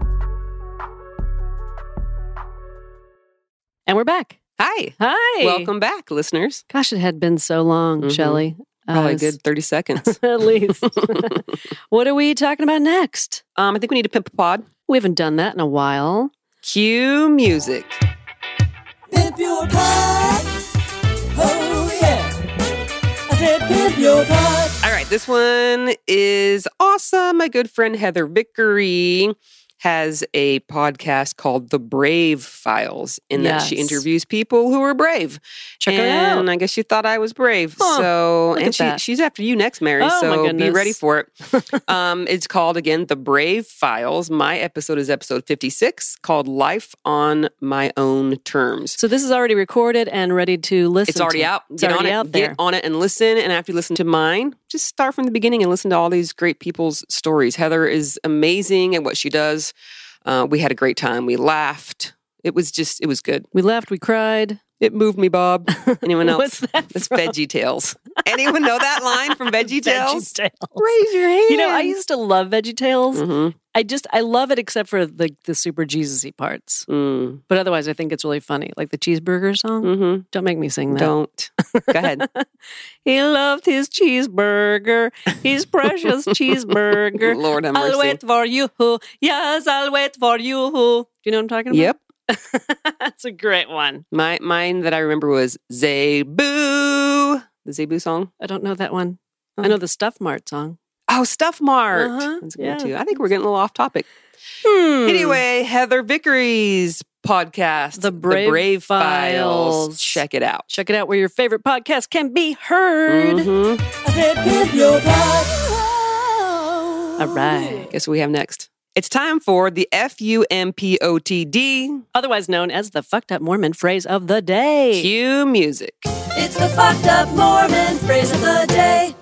S4: And we're back.
S5: Hi.
S4: Hi.
S5: Welcome back, listeners.
S4: Gosh, it had been so long,
S5: Mhm.
S4: Shelley.
S5: Probably
S4: Uh,
S5: a good 30 seconds.
S4: at least. what are we talking about next?
S5: um, I think we need to pimp a pod.
S4: We haven't done that in a while.
S5: Cue music.
S6: Pimp your pod. Oh, yeah. I said, Pimp your pod.
S5: All right, this one is awesome. My good friend Heather Vickery has a podcast called The Brave Files, in that she
S4: Yes.
S5: interviews people who are brave.
S4: Check it
S5: and
S4: out.
S5: I guess you thought I was brave.
S4: Huh,
S5: so,
S4: look
S5: and
S4: at
S5: she,
S4: that.
S5: she's after you next, Mary.
S4: Oh, my
S5: so be
S4: goodness.
S5: ready for it. um, it's called again The Brave Files. My episode is episode 56 called Life on My Own Terms.
S4: So this is already recorded and ready to listen.
S5: It's already
S4: to.
S5: out.
S4: It's
S5: Get
S4: already
S5: on it.
S4: out there.
S5: Get on it and listen. And after you listen to mine, just start from the beginning and listen to all these great people's stories. Heather is amazing at what she does. Uh, we had a great time. We laughed. It was just, it was good.
S4: We left. We cried.
S5: It moved me, Bob. Anyone else?
S4: What's that
S5: It's
S4: from?
S5: Veggie Tales. Anyone know that line from Veggie Tales?
S4: VeggieTales.
S5: Raise your hand.
S4: You know, I used to love VeggieTales.
S5: Mhm.
S4: I just I love it except for the the super Jesusy parts.
S5: Mm.
S4: But otherwise, I think it's really funny, like the cheeseburger song.
S5: Mhm.
S4: Mm. Don't make me sing that.
S5: Don't. Go ahead.
S4: He loved his cheeseburger, his precious cheeseburger.
S5: Lord have
S4: I'll
S5: mercy.
S4: wait for you. Yes, I'll wait for you. Do you know what I'm talking about?
S5: Yep.
S4: That's a great one.
S5: My mine that I remember was Zebu. The Zebu song.
S4: I don't know that one. I
S5: Oh.
S4: know the Stuff Mart song.
S5: Oh, Stuff Mart.
S4: Uh-huh.
S5: That's a good
S4: Yeah.
S5: one too. I think we're getting a little off topic.
S4: Hmm.
S5: Anyway, Heather Vickery's podcast,
S4: The Brave Files.
S5: Check it out.
S4: check it out where your favorite podcast can be heard.
S5: Mhm.
S6: I said, Pimp your pod.
S4: All right.
S5: Guess what we have next? It's time for the F U M P O T D
S4: Otherwise known as the fucked up Mormon phrase of the day.
S5: cue music.
S6: It's the fucked up Mormon phrase of the day.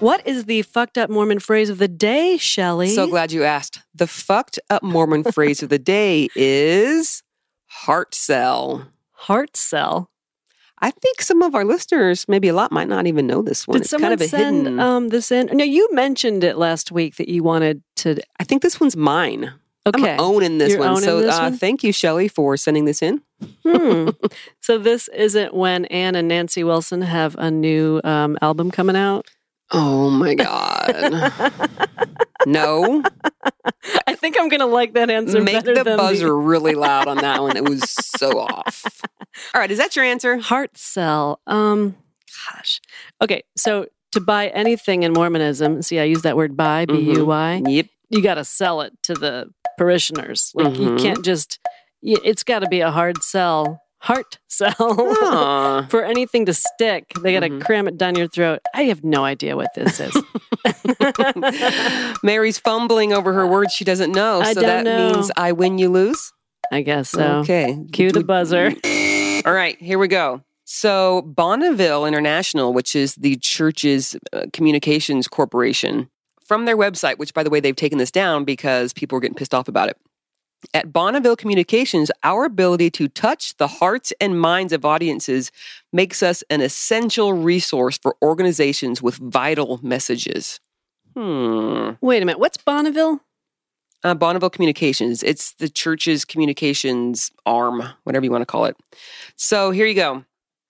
S4: What is the fucked up Mormon phrase of the day, Shelley?
S5: So glad you asked. The fucked up Mormon phrase of the day is heart cell.
S4: Heart cell.
S5: I think some of our listeners, maybe a lot, might not even know this one.
S4: Did
S5: it's
S4: someone
S5: kind of a
S4: send
S5: hidden.
S4: um, this in? No, you mentioned it last week that you wanted to.
S5: I think this one's mine.
S4: Okay.
S5: I'm owning this
S4: You're
S5: one.
S4: owning
S5: so
S4: this
S5: uh,
S4: one?
S5: thank you, Shelly, for sending this in.
S4: Hmm. so this isn't when Anne and Nancy Wilson have a new um, album coming out.
S5: Oh my God. no.
S4: I think I'm gonna like that answer.
S5: Make
S4: better
S5: the
S4: than
S5: buzzer really loud on that one. It was so off. All right. Is that your answer?
S4: heart cell. Um, gosh. Okay, so to buy anything in Mormonism, see, I use that word buy,
S5: Mhm.
S4: B U Y.
S5: Yep.
S4: You got to sell it to the parishioners. Like you
S5: Mhm.
S4: can't just. y- It's got to be a hard sell. Heart sell.
S5: Aw.
S4: for anything to stick, they got to
S5: Mhm.
S4: cram it down your throat. I have no idea what this is.
S5: Mary's fumbling over her words she doesn't know.
S4: I
S5: so
S4: don't
S5: that
S4: know.
S5: means I win, you lose.
S4: I guess so.
S5: Okay.
S4: Cue the buzzer.
S5: All right, here we go. So, Bonneville International, which is the church's uh, communications corporation, from their website, which by the way, they've taken this down because people were getting pissed off about it. At Bonneville Communications, our ability to touch the hearts and minds of audiences makes us an essential resource for organizations with vital messages. Hmm.
S4: Wait a minute. What's Bonneville?
S5: Uh, Bonneville Communications. It's the church's communications arm, whatever you want to call it. So here you go.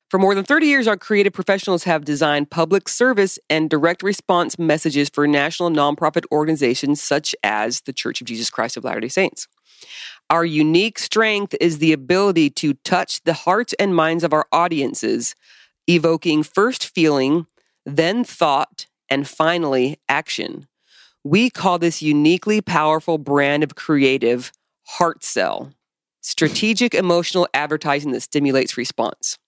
S5: For more than 30 years, our creative professionals have designed public service and direct response messages for national nonprofit organizations such as the Church of Jesus Christ of Latter day Saints. Our unique strength is the ability to touch the hearts and minds of our audiences, evoking first feeling, then thought, and finally action. We call this uniquely powerful brand of creative heart cell, strategic emotional advertising that stimulates response.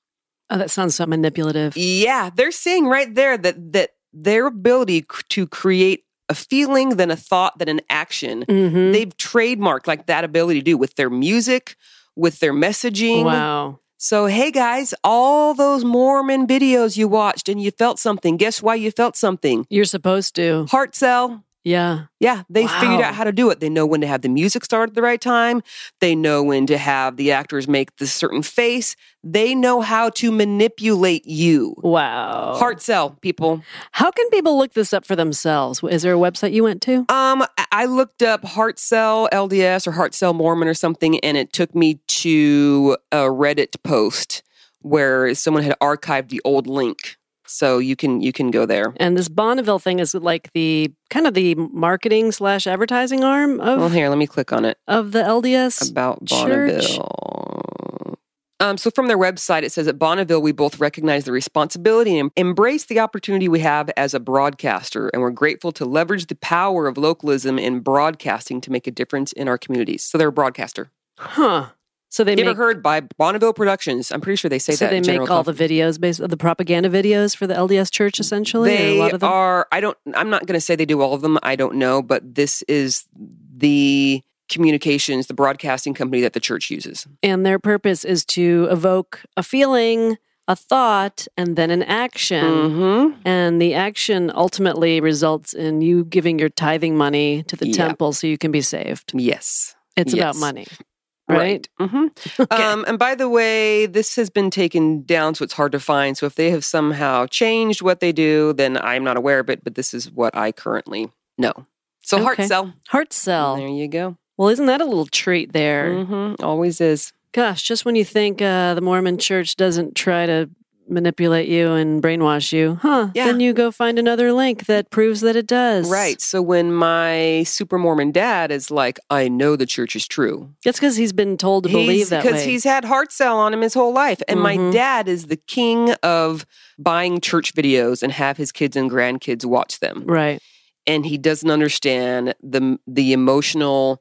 S4: Oh, that sounds so manipulative.
S5: Yeah, they're saying right there that that their ability c- to create a feeling, then a thought, then an action.
S4: Mm-hmm.
S5: They've trademarked like that ability to do with their music, with their messaging.
S4: Wow.
S5: So, hey guys, all those Mormon videos you watched and you felt something. Guess why you felt something?
S4: You're supposed to.
S5: Heart cell.
S4: Yeah.
S5: Yeah, they figured
S4: Wow.
S5: out how to do it. They know when to have the music start at the right time. They know when to have the actors make this certain face. They know how to manipulate you.
S4: Wow.
S5: Heart cell, people.
S4: How can people look this up for themselves? Is there a website you went to?
S5: Um, I- I looked up heart cell LDS or heart cell Mormon or something, and it took me to a Reddit post where someone had archived the old link. So you can you can go there.
S4: And this Bonneville thing is like the kind of the marketing slash advertising arm of
S5: Well, here, let me click on it.
S4: of the LDS.
S5: about
S4: Church.
S5: Bonneville. Um, so from their website, it says at Bonneville, we both recognize the responsibility and embrace the opportunity we have as a broadcaster, and we're grateful to leverage the power of localism in broadcasting to make a difference in our communities. So they're a broadcaster.
S4: Huh. So they
S5: They
S4: make,
S5: heard by Bonneville Productions. I'm pretty sure they say
S4: so
S5: that.
S4: they
S5: in
S4: make
S5: general
S4: all the videos based the propaganda videos for the LDS church essentially. or
S5: They
S4: a lot of them?
S5: are. I don't. I'm not going to say they do all of them. I don't know, but this is the communications, the broadcasting company that the church uses.
S4: and their purpose is to evoke a feeling, a thought, and then an action.
S5: Mm-hmm.
S4: And the action ultimately results in you giving your tithing money to the
S5: Yeah.
S4: temple so you can be saved.
S5: Yes.
S4: It's about
S5: Yes.
S4: money, right?
S5: hmm Um, and by the way, this has been taken down, so it's hard to find. So if they have somehow changed what they do, then I'm not aware of it. But this is what I currently know. So heart
S4: Okay.
S5: cell.
S4: Heart cell.
S5: There you go.
S4: Well, isn't that a little treat there?
S5: hmm Always is.
S4: Gosh, just when you think uh, the Mormon church doesn't try to manipulate you and brainwash you, huh?
S5: Yeah.
S4: Then you go find another link that proves that it does.
S5: Right. So when my super Mormon dad is like, I know the church is true.
S4: It's because he's been told to believe that
S5: because
S4: way.
S5: he's had heart cell on him his whole life and my
S4: Mhm. dad
S5: dad is the king of buying church videos and have his kids and grandkids watch them
S4: right.
S5: and he doesn't understand the the emotional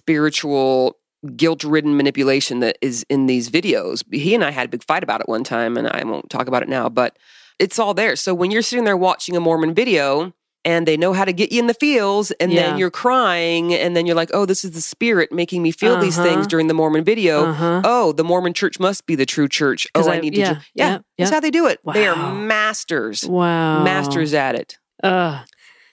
S5: spiritual guilt-ridden manipulation that is in these videos he and i had a big fight about it one time and i won't talk about it now but it's all there so when you're sitting there watching a mormon video and they know how to get you in the feels and
S4: Yeah.
S5: then you're crying and then you're like oh this is the spirit making me feel these things
S4: Uh-huh.
S5: during the mormon video
S4: Uh huh.
S5: oh the mormon church must be the true church
S4: 'Cause
S5: oh
S4: I-
S5: i need to
S4: yeah,
S5: ju- yeah,
S4: yeah,
S5: that's
S4: yeah.
S5: how they do it they
S4: Wow.
S5: are masters
S4: Wow.
S5: masters at it
S4: Ugh.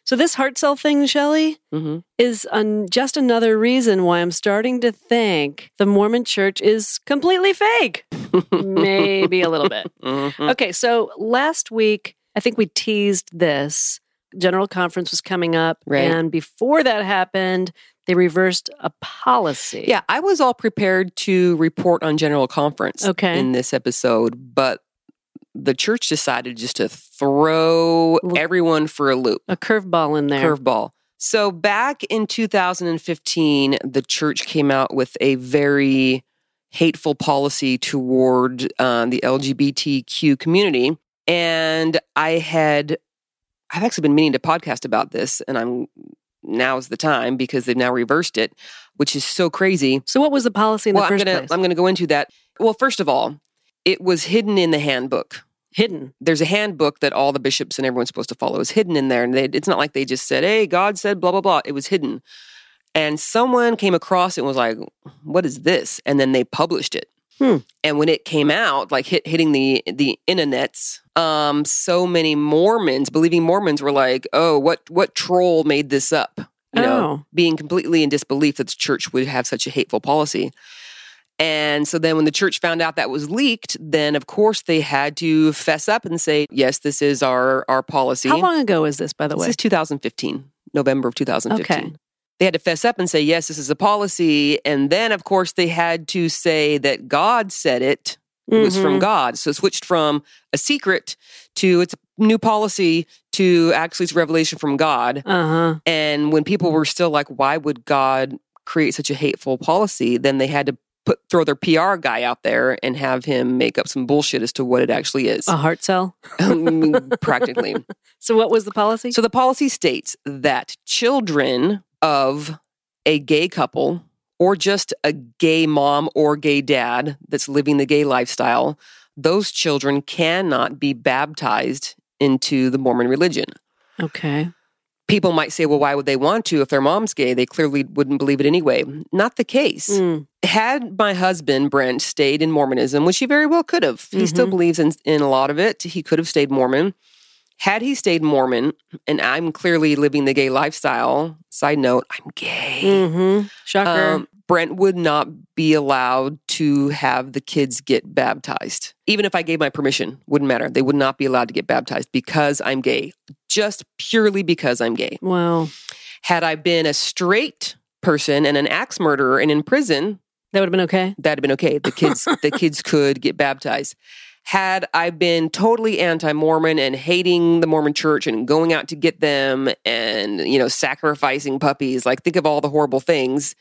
S4: So this heart cell thing, Shelley,
S5: hmm
S4: is an, just another reason why I'm starting to think the Mormon church is completely fake. Maybe a little bit.
S5: Mm-hmm. Mm.
S4: Okay, so last week, I think we teased this. General conference was coming up.
S5: Right.
S4: And before that happened, they reversed a policy.
S5: Yeah, I was all prepared to report on General Conference
S4: Okay.
S5: in this episode, but the church decided just to throw
S4: L-
S5: everyone for a loop,
S4: A curveball in there.
S5: curveball. So back in 2015, the church came out with a very hateful policy toward uh, the LGBTQ community. And I had, I've actually been meaning to podcast about this, and I'm now's the time because they've now reversed it, which is so crazy
S4: So, what was the policy in
S5: well,
S4: the 1st
S5: I'm gonna
S4: place?
S5: I'm gonna go into that. Well, first of all, it was hidden in the handbook.
S4: Hidden.
S5: There's a handbook that all the bishops and everyone's supposed to follow is hidden in there, and they, it's not like they just said, "Hey, God said blah blah blah." It was hidden, and someone came across it and was like, "What is this?" And then they published it.
S4: Hmm.
S5: And when it came out, like hit, hitting the the internets, um, so many Mormons, believing Mormons, were like, "Oh, what what troll made this up?" You know,
S4: Oh.
S5: being completely in disbelief that the church would have such a hateful policy. And so then when the church found out that was leaked, then of course they had to fess up and say, yes, this is our our policy.
S4: How long ago is this, by the
S5: This
S4: way?
S5: is 2015, November of 2015.
S4: Okay.
S5: They had to fess up and say, yes, this is a policy. And then of course they had to say that God said it. It was from
S4: Mhm.
S5: God. So it switched from a secret to its new policy to actually it's revelation from God.
S4: Uh huh.
S5: And when people were still like, why would God create such a hateful policy, then they had to put throw their PR guy out there and have him make up some bullshit as to what it actually is.
S4: A heart cell.
S5: Um, practically.
S4: So what was the policy?
S5: So the policy states that children of a gay couple or just a gay mom or gay dad that's living the gay lifestyle, those children cannot be baptized into the Mormon religion.
S4: okay.
S5: People might say, well, why would they want to if their mom's gay? They clearly wouldn't believe it anyway. Not the case
S4: Mm,
S5: had my husband Brent stayed in Mormonism, which he very well could have, he still
S4: Mhm.
S5: believes in in a lot of it. He could have stayed Mormon. Had he stayed Mormon, and I'm clearly living the gay lifestyle. Side note: I'm gay.
S4: mhm. Shocker.
S5: Um, Brent would not be allowed to have the kids get baptized. Even if I gave my permission, wouldn't matter. They would not be allowed to get baptized because I'm gay, just purely because I'm gay.
S4: wow.
S5: Had I been a straight person and an axe murderer and in prison,
S4: That would have been okay.
S5: that'd have been okay. The kids, the kids could get baptized. Had I been totally anti-Mormon and hating the Mormon Church and going out to get them and you know sacrificing puppies, like think of all the horrible things,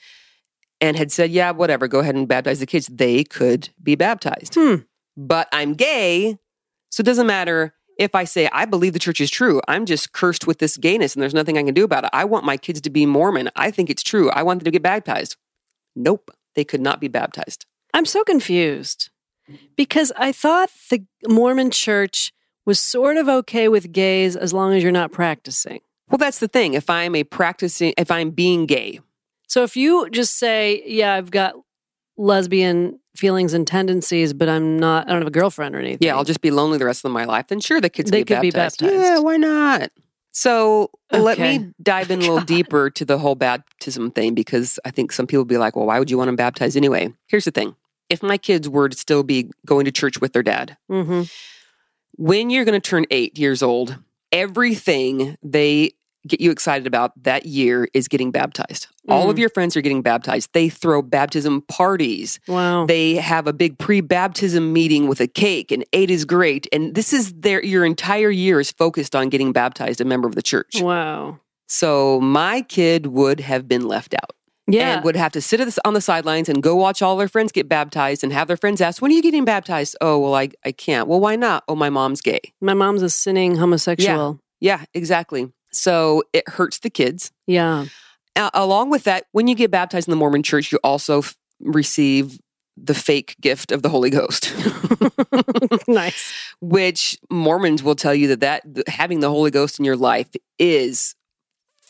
S5: and had said, "Yeah, whatever, go ahead and baptize the kids," they could be baptized.
S4: Hmm.
S5: But I'm gay, so it doesn't matter if I say I believe the church is true. I'm just cursed with this gayness, and there's nothing I can do about it. I want my kids to be Mormon. I think it's true. I want them to get baptized. Nope, they could not be baptized.
S4: I'm so confused because I thought the Mormon church was sort of okay with gays as long as you're not practicing.
S5: Well, that's the thing. If I'm a practicing, if I'm being gay,
S4: So if you just say, yeah, I've got lesbian feelings and tendencies, but I'm not, I don't have a girlfriend or anything.
S5: yeah, I'll just be lonely the rest of my life. Then sure, the kids
S4: They
S5: get
S4: could be
S5: baptized.
S4: baptized.
S5: Yeah, why not? So let
S4: Okay.
S5: me dive in a little
S4: God.
S5: deeper to the whole baptism thing because I think some people be like, well, why would you want them baptized anyway? Here's the thing: if my kids were to still be going to church with their dad,
S4: hmm
S5: when you're going to turn eight years old, everything they get you excited about that year is getting baptized. All
S4: Mm.
S5: of your friends are getting baptized. They throw baptism parties.
S4: Wow.
S5: They have a big pre-baptism meeting with a cake, and eight is great. And this is their your entire year is focused on getting baptized a member of the church.
S4: wow.
S5: So my kid would have been left out
S4: Yeah.
S5: and would have to sit at the, on the sidelines and go watch all their friends get baptized and have their friends ask, "When are you getting baptized?" Oh, well, I I can't. Well, why not? Oh, my mom's gay.
S4: My mom's a sinning homosexual.
S5: Yeah, exactly. So it hurts the kids.
S4: Yeah.
S5: Uh, along with that, when you get baptized in the Mormon church, you also f- receive the fake gift of the Holy Ghost.
S4: nice.
S5: which Mormons will tell you that that th- having the Holy Ghost in your life is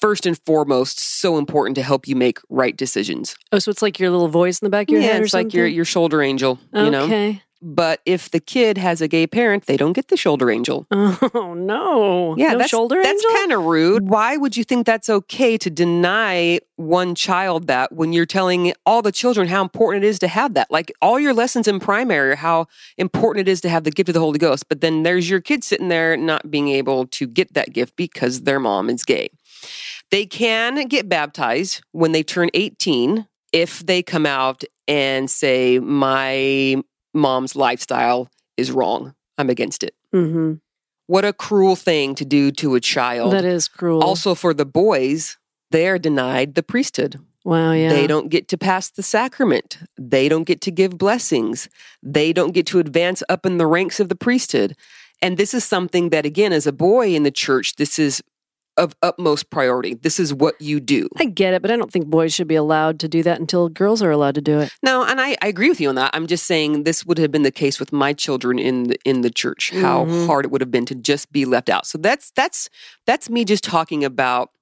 S5: first and foremost so important to help you make right decisions.
S4: Oh, so it's like your little voice in the back of your
S5: yeah,
S4: head or
S5: it's like your
S4: something?
S5: your shoulder angel, you know.
S4: Okay.
S5: But if the kid has a gay parent, they don't get the shoulder angel.
S4: Oh no!
S5: Yeah,
S4: no
S5: that's,
S4: shoulder
S5: that's
S4: angel.
S5: kind of rude. Why would you think that's okay to deny one child that when you're telling all the children how important it is to have that? Like all your lessons in primary are how important it is to have the gift of the Holy Ghost, but then there's your kid sitting there not being able to get that gift because their mom is gay. They can get baptized when they turn 18 if they come out and say, My mom's lifestyle is wrong. I'm against it.
S4: hmm
S5: What a cruel thing to do to a child.
S4: That is cruel.
S5: Also, for the boys, they are denied the priesthood.
S4: wow. Yeah.
S5: They don't get to pass the sacrament. They don't get to give blessings. They don't get to advance up in the ranks of the priesthood. And this is something that, again, as a boy in the church, this is of utmost priority. This is what you do.
S4: I get it, but I don't think boys should be allowed to do that until girls are allowed to do it.
S5: No, and I, I agree with you on that. I'm just saying this would have been the case with my children in the, in the church. How
S4: Mhm.
S5: hard it would have been to just be left out. So that's that's that's me just talking about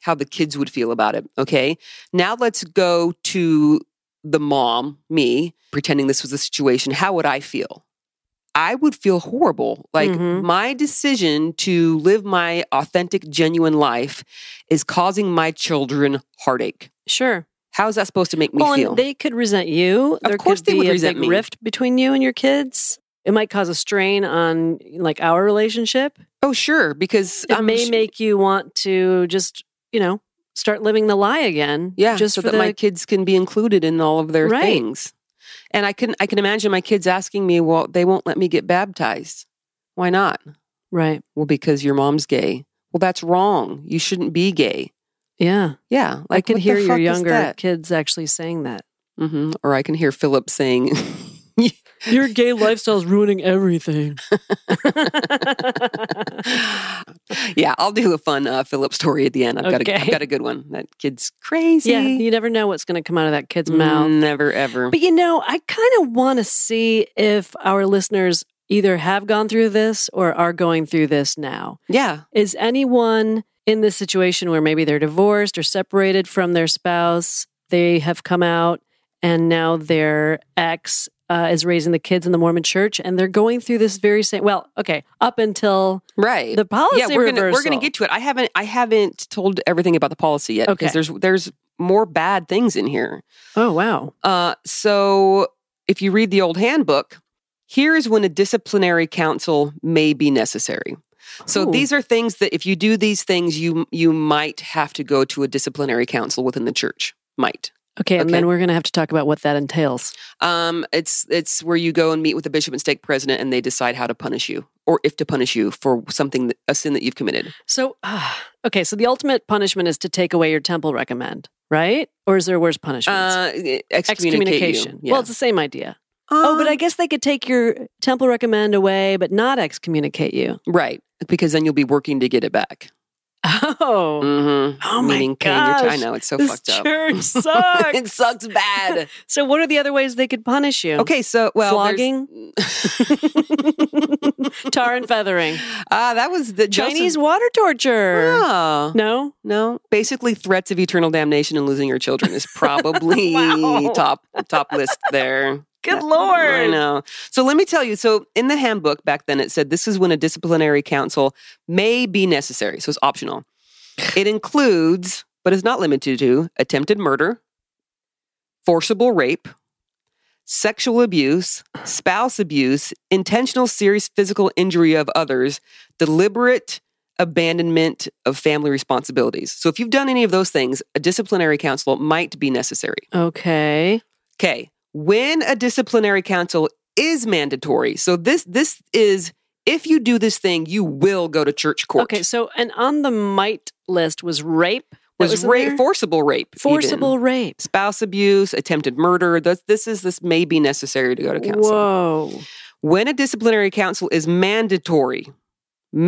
S5: how the kids would feel about it. Okay, now let's go to the mom, me, pretending this was the situation. How would I feel? I would feel horrible. Like
S4: Mhm.
S5: my decision to live my authentic, genuine life is causing my children heartache.
S4: Sure.
S5: How is that supposed to make me
S4: well, and
S5: feel?
S4: they could resent you. there
S5: course
S4: could
S5: they
S4: be
S5: would
S4: a
S5: resent
S4: big
S5: me.
S4: rift between you and your kids. It might cause a strain on like our relationship.
S5: Oh, sure, because
S4: It
S5: I'm
S4: may
S5: sh-
S4: make you want to just you know start living the lie again.
S5: yeah,
S4: Just
S5: so
S4: for
S5: that
S4: the
S5: my kids can be included in all of their
S4: Right.
S5: things. And I can I can imagine my kids asking me, "Well, they won't let me get baptized. Why not?"
S4: right.
S5: Well, because your mom's gay. Well, that's wrong. You shouldn't be gay.
S4: Yeah.
S5: Yeah,
S4: I can
S5: what the
S4: hear your
S5: fuck is
S4: younger
S5: that?
S4: kids actually saying that.
S5: Mhm. Or I can hear Philip saying,
S4: Your gay lifestyle's ruining everything.
S5: "Yeah, I'll do a fun uh, Philip story at the end. I've got a,
S4: Okay.
S5: I've got a good one. That kid's crazy.
S4: yeah, you never know what's going to come out of that kid's mouth.
S5: Never ever.
S4: But you know, I kind of want to see if our listeners either have gone through this or are going through this now.
S5: yeah,
S4: Is anyone in this situation where maybe they're divorced or separated from their spouse, they have come out and now their ex uh, is raising the kids in the Mormon church and they're going through this very same, well, okay, up until
S5: right.
S4: the policy
S5: yeah, we're gonna, we're
S4: reversal.
S5: gonna get to it. I haven't I haven't told everything about the policy yet
S4: Okay.
S5: because there's there's more bad things in here.
S4: Oh, wow.
S5: Uh, so if you read the old handbook, here is when a disciplinary council may be necessary. So
S4: Ooh.
S5: these are things that if you do these things, you you might have to go to a disciplinary council within the church. Might.
S4: Okay, and
S5: Okay.
S4: then we're going to have to talk about what that entails.
S5: Um, it's it's where you go and meet with the bishop and stake president, and they decide how to punish you or if to punish you for something that, a sin that you've committed.
S4: So, ah, okay, so the ultimate punishment is to take away your temple recommend, right? Or is there worse punishment?
S5: Uh, excommunicate You. Yeah. Um,
S4: Well, it's the same idea. oh, but I guess they could take your temple recommend away, but not excommunicate you.
S5: Right, because then you'll be working to get it back.
S4: Oh,
S5: Mm-hmm.
S4: Oh my
S5: Meaning paying your ti- I
S4: gosh.
S5: know it's so
S4: this
S5: fucked up.
S4: church sucks.
S5: it sucks bad.
S4: so, what are the other ways they could punish you?
S5: Okay, so well, there's-
S4: Flogging? tar and feathering,
S5: Ah, that was the Joseph-
S4: Chinese water torture.
S5: Ah,
S4: No,
S5: no, basically threats of eternal damnation and losing your children is probably
S4: Wow.
S5: top top list there.
S4: good
S5: I
S4: lord.
S5: know. So let me tell you. So in the handbook back then, it said this is when a disciplinary council may be necessary. So it's optional. It includes, but is not limited to, attempted murder, forcible rape, sexual abuse, spouse abuse, intentional serious physical injury of others, deliberate abandonment of family responsibilities. So if you've done any of those things, a disciplinary council might be necessary.
S4: Okay.
S5: Okay. When a disciplinary council is mandatory. So this this is if you do this thing, you will go to church court.
S4: Okay, so and on the might list was rape. That
S5: was,
S4: in
S5: rape,
S4: there?
S5: forcible rape, even.
S4: forcible rape?
S5: spouse abuse, attempted murder. This, this is this may be necessary to go to council.
S4: Whoa.
S5: When a disciplinary council is mandatory,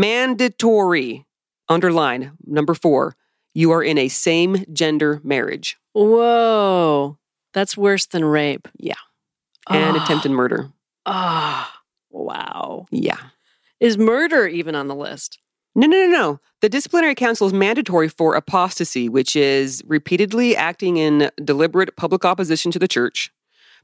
S5: mandatory, underline number four, you are in a same gender marriage
S4: Whoa. That's worse than rape.
S5: Yeah. and
S4: Ah,
S5: attempted murder.
S4: Ah. wow.
S5: Yeah.
S4: Is murder even on the list?
S5: No, no, no, no. The disciplinary council is mandatory for apostasy, which is repeatedly acting in deliberate public opposition to the church,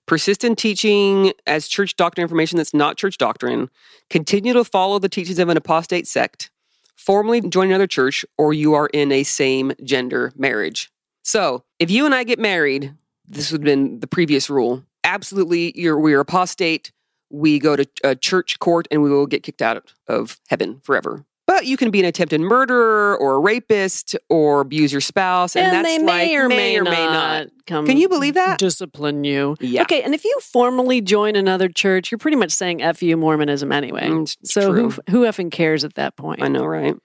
S5: persistent teaching as church doctrine information that's not church doctrine, continue to follow the teachings of an apostate sect, formally join another church, or you are in a same gender marriage. So if you and I get married, this would have been the previous rule. Absolutely, you're, we're apostate. We go to a church court and we will get kicked out of heaven forever. But you can be an attempted murderer or a rapist or abuse your spouse. And, that's
S4: they may
S5: like,
S4: or may,
S5: may, or
S4: not
S5: may not.
S4: come.
S5: Can you believe that?
S4: Discipline you.
S5: Yeah.
S4: Okay, and if you formally join another church, you're pretty much saying "f you" Mormonism anyway.
S5: Mm, it's
S4: so who
S5: true.
S4: who effing cares at that point?
S5: I know, right?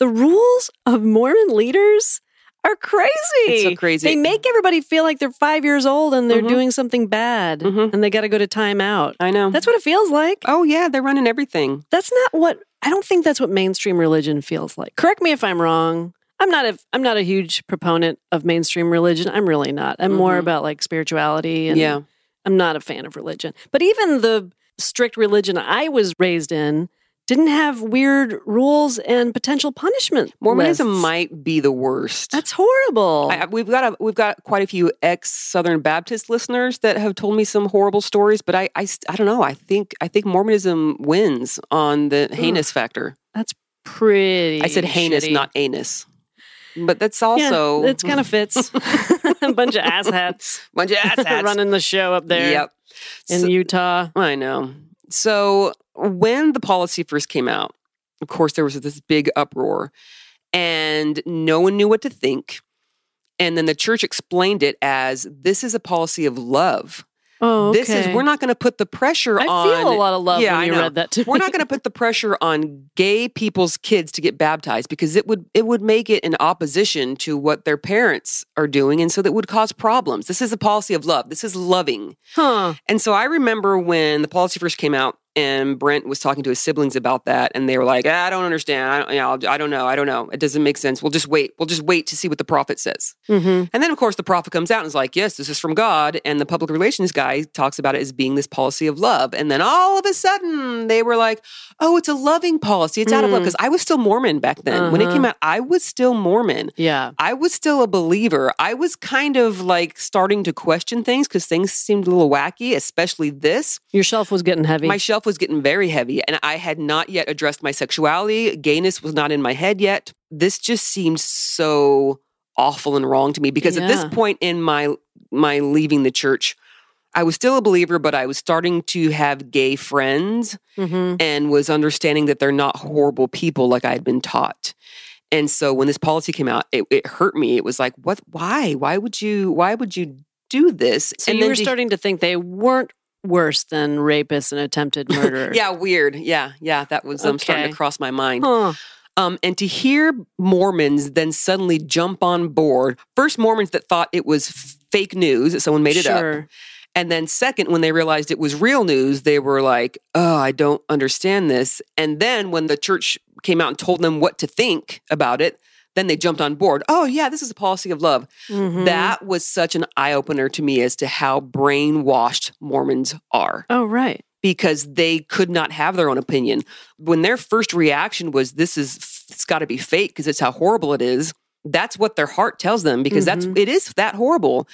S4: The rules of Mormon leaders are crazy.
S5: It's so crazy.
S4: They make everybody feel like they're five years old and they're
S5: Mhm.
S4: doing something bad
S5: Mhm.
S4: and they got to go to timeout.
S5: I know.
S4: That's what it feels like.
S5: oh yeah, they're running everything.
S4: That's not what I don't think that's what mainstream religion feels like. Correct me if I'm wrong. I'm not a I'm not a huge proponent of mainstream religion. I'm really not. I'm more
S5: Mhm.
S4: about like spirituality and
S5: yeah.
S4: I'm not a fan of religion. But even the strict religion I was raised in didn't have weird rules and potential punishment.
S5: Mormonism
S4: lists.
S5: might be the worst.
S4: That's horrible.
S5: I, I- we've got a, we've got quite a few ex Southern Baptist listeners that have told me some horrible stories, but I, I st- I don't know. I think I think Mormonism wins on the heinous factor.
S4: that's pretty
S5: I said heinous,
S4: shitty.
S5: not anus. But that's also
S4: yeah, it's kind of fits. a bunch of asshats
S5: bunch of asshats.
S4: running the show up there
S5: Yep.
S4: in
S5: So-
S4: Utah.
S5: I know. So when the policy first came out, of course there was this big uproar and no one knew what to think. And then the church explained it as this is a policy of love.
S4: Oh,
S5: This is
S4: okay.
S5: we're not going to put the pressure
S4: I
S5: on.
S4: feel a lot of love
S5: Yeah,
S4: when
S5: I
S4: you
S5: know.
S4: read that to
S5: we're
S4: me.
S5: not going to put the pressure on gay people's kids to get baptized because it would it would make it in opposition to what their parents are doing, and so that would cause problems. This is a policy of love. This is loving.
S4: Huh.
S5: And so I remember when the policy first came out, and Brent was talking to his siblings about that, and they were like, "Ah, "I don't understand. I don't, you know, I don't know. I don't know. It doesn't make sense. We'll just wait. We'll just wait to see what the prophet says."
S4: Mm-hmm.
S5: And then, of course, the prophet comes out and is like, Yes, this is from God. And the public relations guy talks about it as being this policy of love. And then all of a sudden, they were like, Oh, it's a loving policy. It's out of love. Because I was still Mormon back then. When it
S4: Mm. Uh-huh.
S5: came out, I was still Mormon.
S4: Yeah.
S5: I was still a believer. I was kind of like starting to question things because things seemed a little wacky, especially this.
S4: Your shelf was getting heavy.
S5: My shelf was getting very heavy, and I had not yet addressed my sexuality. Gayness was not in my head yet. This just seemed so awful and wrong to me because at this
S4: Yeah.
S5: point in my my leaving the church, I was still a believer, but I was starting to have gay friends
S4: mm-hmm.
S5: and was understanding that they're not horrible people like I had been taught. And so when this policy came out, it, it hurt me. It was like, what? Why? Why would you? Why would you do this?
S4: So
S5: and
S4: you
S5: then
S4: were
S5: to-
S4: starting to think they weren't worse than rapists and attempted murderers.
S5: Yeah, weird. Yeah, yeah. That was um, starting
S4: Okay.
S5: to cross my mind.
S4: Huh.
S5: Um, and to hear Mormons then suddenly jump on board, first Mormons that thought it was fake news, that someone made it
S4: sure.
S5: up. And then second, when they realized it was real news, they were like, oh, I don't understand this. And then when the church came out and told them what to think about it, then they jumped on board. Oh, yeah, this is a policy of love.
S4: Mhm.
S5: That was such an eye opener to me as to how brainwashed Mormons are
S4: Oh, right.
S5: because they could not have their own opinion. When their first reaction was, this is, it's got to be fake because it's how horrible it is. That's what their heart tells them because that's, it is that horrible.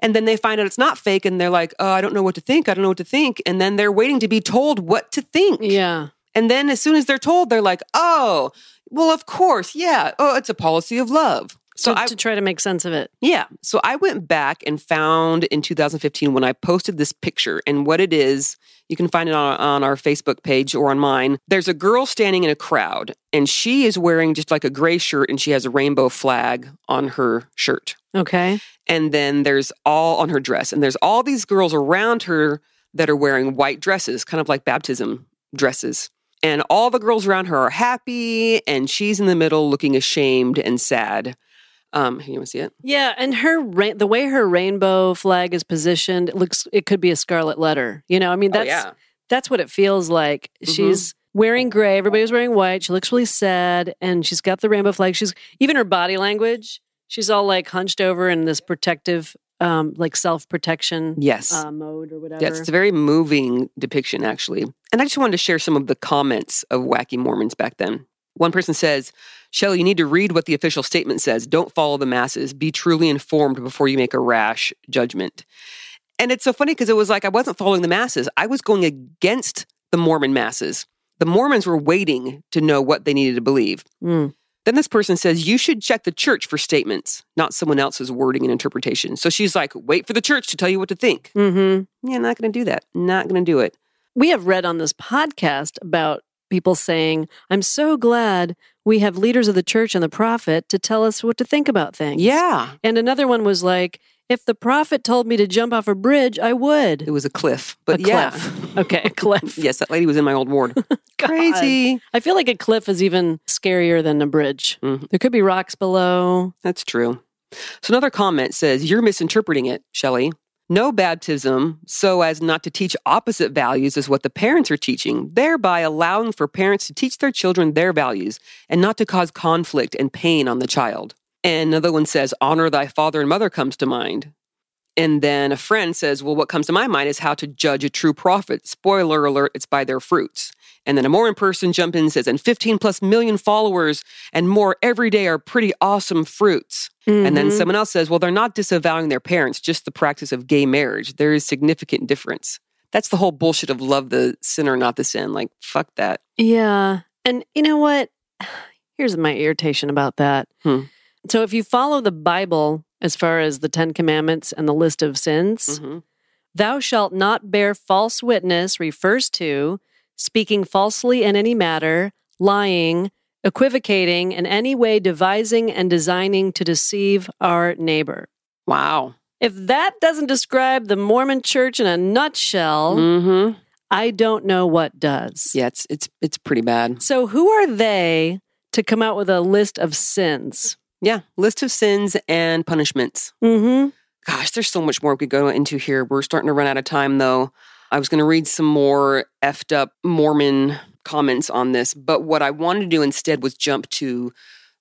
S5: And then they find out it's not fake and they're like, oh, I don't know what to think. I don't know what to think. And then they're waiting to be told what to think.
S4: Yeah.
S5: And then as soon as they're told, they're like, oh, well, of course. Yeah. Oh, it's a policy of love. So
S4: to,
S5: I,
S4: to try to make sense of it.
S5: yeah. So I went back and found in 2015 when I posted this picture and what it is. You can find it on, on our Facebook page or on mine. There's a girl standing in a crowd and she is wearing just like a gray shirt and she has a rainbow flag on her shirt.
S4: Okay.
S5: And then there's all on her dress and there's all these girls around her that are wearing white dresses, kind of like baptism dresses. And all the girls around her are happy and she's in the middle looking ashamed and sad. Um, you want to see it?
S4: Yeah, and her ra- the way her rainbow flag is positioned it looks it could be a scarlet letter. You know, I mean
S5: Oh,
S4: that's
S5: yeah. Mm-hmm.
S4: that's what it feels like. She's wearing gray, everybody's wearing white. She looks really sad and she's got the rainbow flag. She's even her body language, she's all like hunched over in this protective um like self-protection
S5: Yes.
S4: uh, mode or whatever.
S5: That's a very moving depiction, actually. And I just wanted to share some of the comments of wacky Mormons back then. One person says, Shelley, you need to read what the official statement says. Don't follow the masses. Be truly informed before you make a rash judgment. And it's so funny because it was like I wasn't following the masses, I was going against the Mormon masses. The Mormons were waiting to know what they needed to believe.
S4: Mm.
S5: Then this person says, You should check the church for statements, not someone else's wording and interpretation. So she's like, Wait for the church to tell you what to think.
S4: Mhm.
S5: Yeah, not going to do that. Not going to do it.
S4: we have read on this podcast about people saying, I'm so glad we have leaders of the church and the prophet to tell us what to think about things.
S5: Yeah.
S4: And another one was like, if the prophet told me to jump off a bridge, I
S5: It
S4: would.
S5: was a cliff, but
S4: a
S5: yeah.
S4: cliff. Okay, a cliff.
S5: Yes, that lady was in my old ward.
S4: God.
S5: Crazy.
S4: I feel like a cliff is even scarier than a bridge.
S5: Mhm.
S4: There could be rocks below.
S5: That's true. So another comment says, You're misinterpreting it, Shelley. No baptism so as not to teach opposite values is what the parents are teaching, thereby allowing for parents to teach their children their values and not to cause conflict and pain on the child. And another one says, Honor thy father and mother comes to mind. And then a friend says, Well, what comes to my mind is how to judge a true prophet. Spoiler alert, it's by their fruits. And then a Mormon person jumps in and says, And 15 plus million followers and more every day are pretty awesome fruits. And then someone else says, Well, they're not disavowing their parents, just the practice of gay marriage. There is significant difference. That's the whole bullshit of love the sinner, not the sin. Like, fuck that.
S4: Yeah. And you know what? Here's my irritation about that.
S5: Hmm.
S4: So if you follow the Bible as far as the Ten Commandments and the list of sins,
S5: Mhm.
S4: Thou shalt not bear false witness refers to speaking falsely in any matter, lying, equivocating, in any way devising and designing to deceive our neighbor.
S5: Wow.
S4: If that doesn't describe the Mormon church in a nutshell,
S5: Mm-hmm.
S4: I don't know what does.
S5: Yeah, it's it's it's pretty bad.
S4: So who are they to come out with a list of sins?
S5: Yeah, list of sins and punishments.
S4: Mm-hmm.
S5: Gosh, there's so much more we could go into here. We're starting to run out of time, though. I was going to read some more effed up Mormon comments on this, but what I wanted to do instead was jump to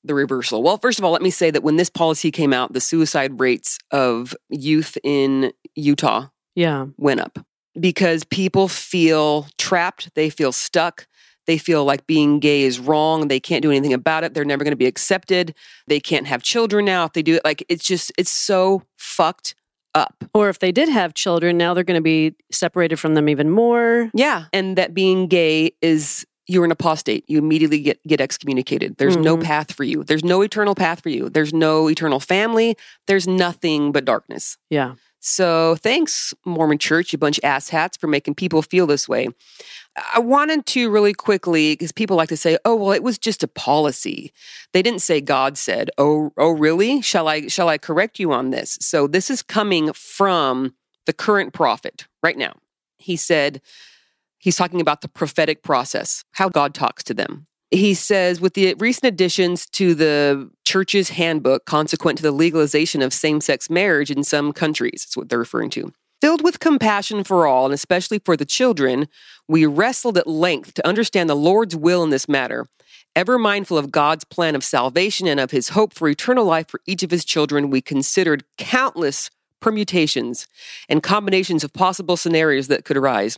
S5: the reversal. Well, first of all, let me say that when this policy came out, the suicide rates of youth in Utah
S4: Yeah.
S5: went up because people feel trapped, they feel stuck, they feel like being gay is wrong, they can't do anything about it, they're never going to be accepted, they can't have children now if they do it. Like it's just it's so fucked up.
S4: Or if they did have children, now they're going to be separated from them even more.
S5: Yeah, and that being gay is you're an apostate. You immediately get get excommunicated. There's no
S4: Mhm.
S5: path for you. There's no eternal path for you. There's no eternal family. There's nothing but darkness.
S4: Yeah.
S5: So thanks, Mormon Church, you bunch of asshats, for making people feel this way. I wanted to really quickly, because people like to say, oh, well, it was just a policy. They didn't say God said, Oh, oh really? Shall I shall I correct you on this? So this is coming from the current prophet right now. He said, he's talking about the prophetic process, how God talks to them. He says, with the recent additions to the church's handbook, consequent to the legalization of same sex marriage in some countries, that's what they're referring to. Filled with compassion for all, and especially for the children, we wrestled at length to understand the Lord's will in this matter, ever mindful of God's plan of salvation and of his hope for eternal life for each of his children. We considered countless permutations and combinations of possible scenarios that could arise.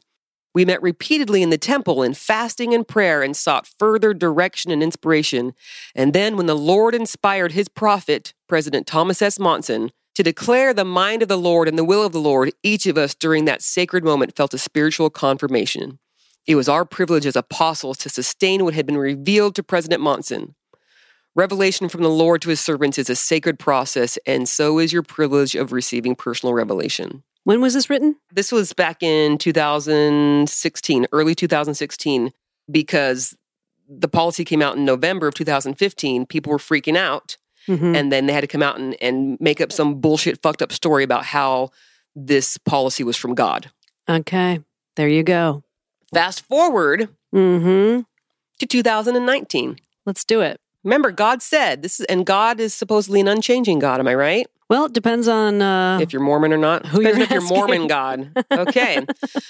S5: We met repeatedly in the temple in fasting and prayer and sought further direction and inspiration. And then, when the Lord inspired his prophet, President Thomas S. Monson, to declare the mind of the Lord and the will of the Lord, each of us during that sacred moment felt a spiritual confirmation. It was our privilege as apostles to sustain what had been revealed to President Monson. Revelation from the Lord to his servants is a sacred process, and so is your privilege of receiving personal revelation.
S4: When was this written?
S5: This was back in 2016, early 2016, because the policy came out in November of 2015. People were freaking out.
S4: Mm-hmm.
S5: And then they had to come out and, and make up some bullshit, fucked up story about how this policy was from God.
S4: Okay. There you go.
S5: Fast forward
S4: Mm-hmm.
S5: to 2019.
S4: Let's do it.
S5: Remember, God said this is, and God is supposedly an unchanging God. Am I right?
S4: Well, it depends on uh,
S5: if you're Mormon or not.
S4: who you're
S5: Depends if you're
S4: asking.
S5: Mormon God. Okay. So-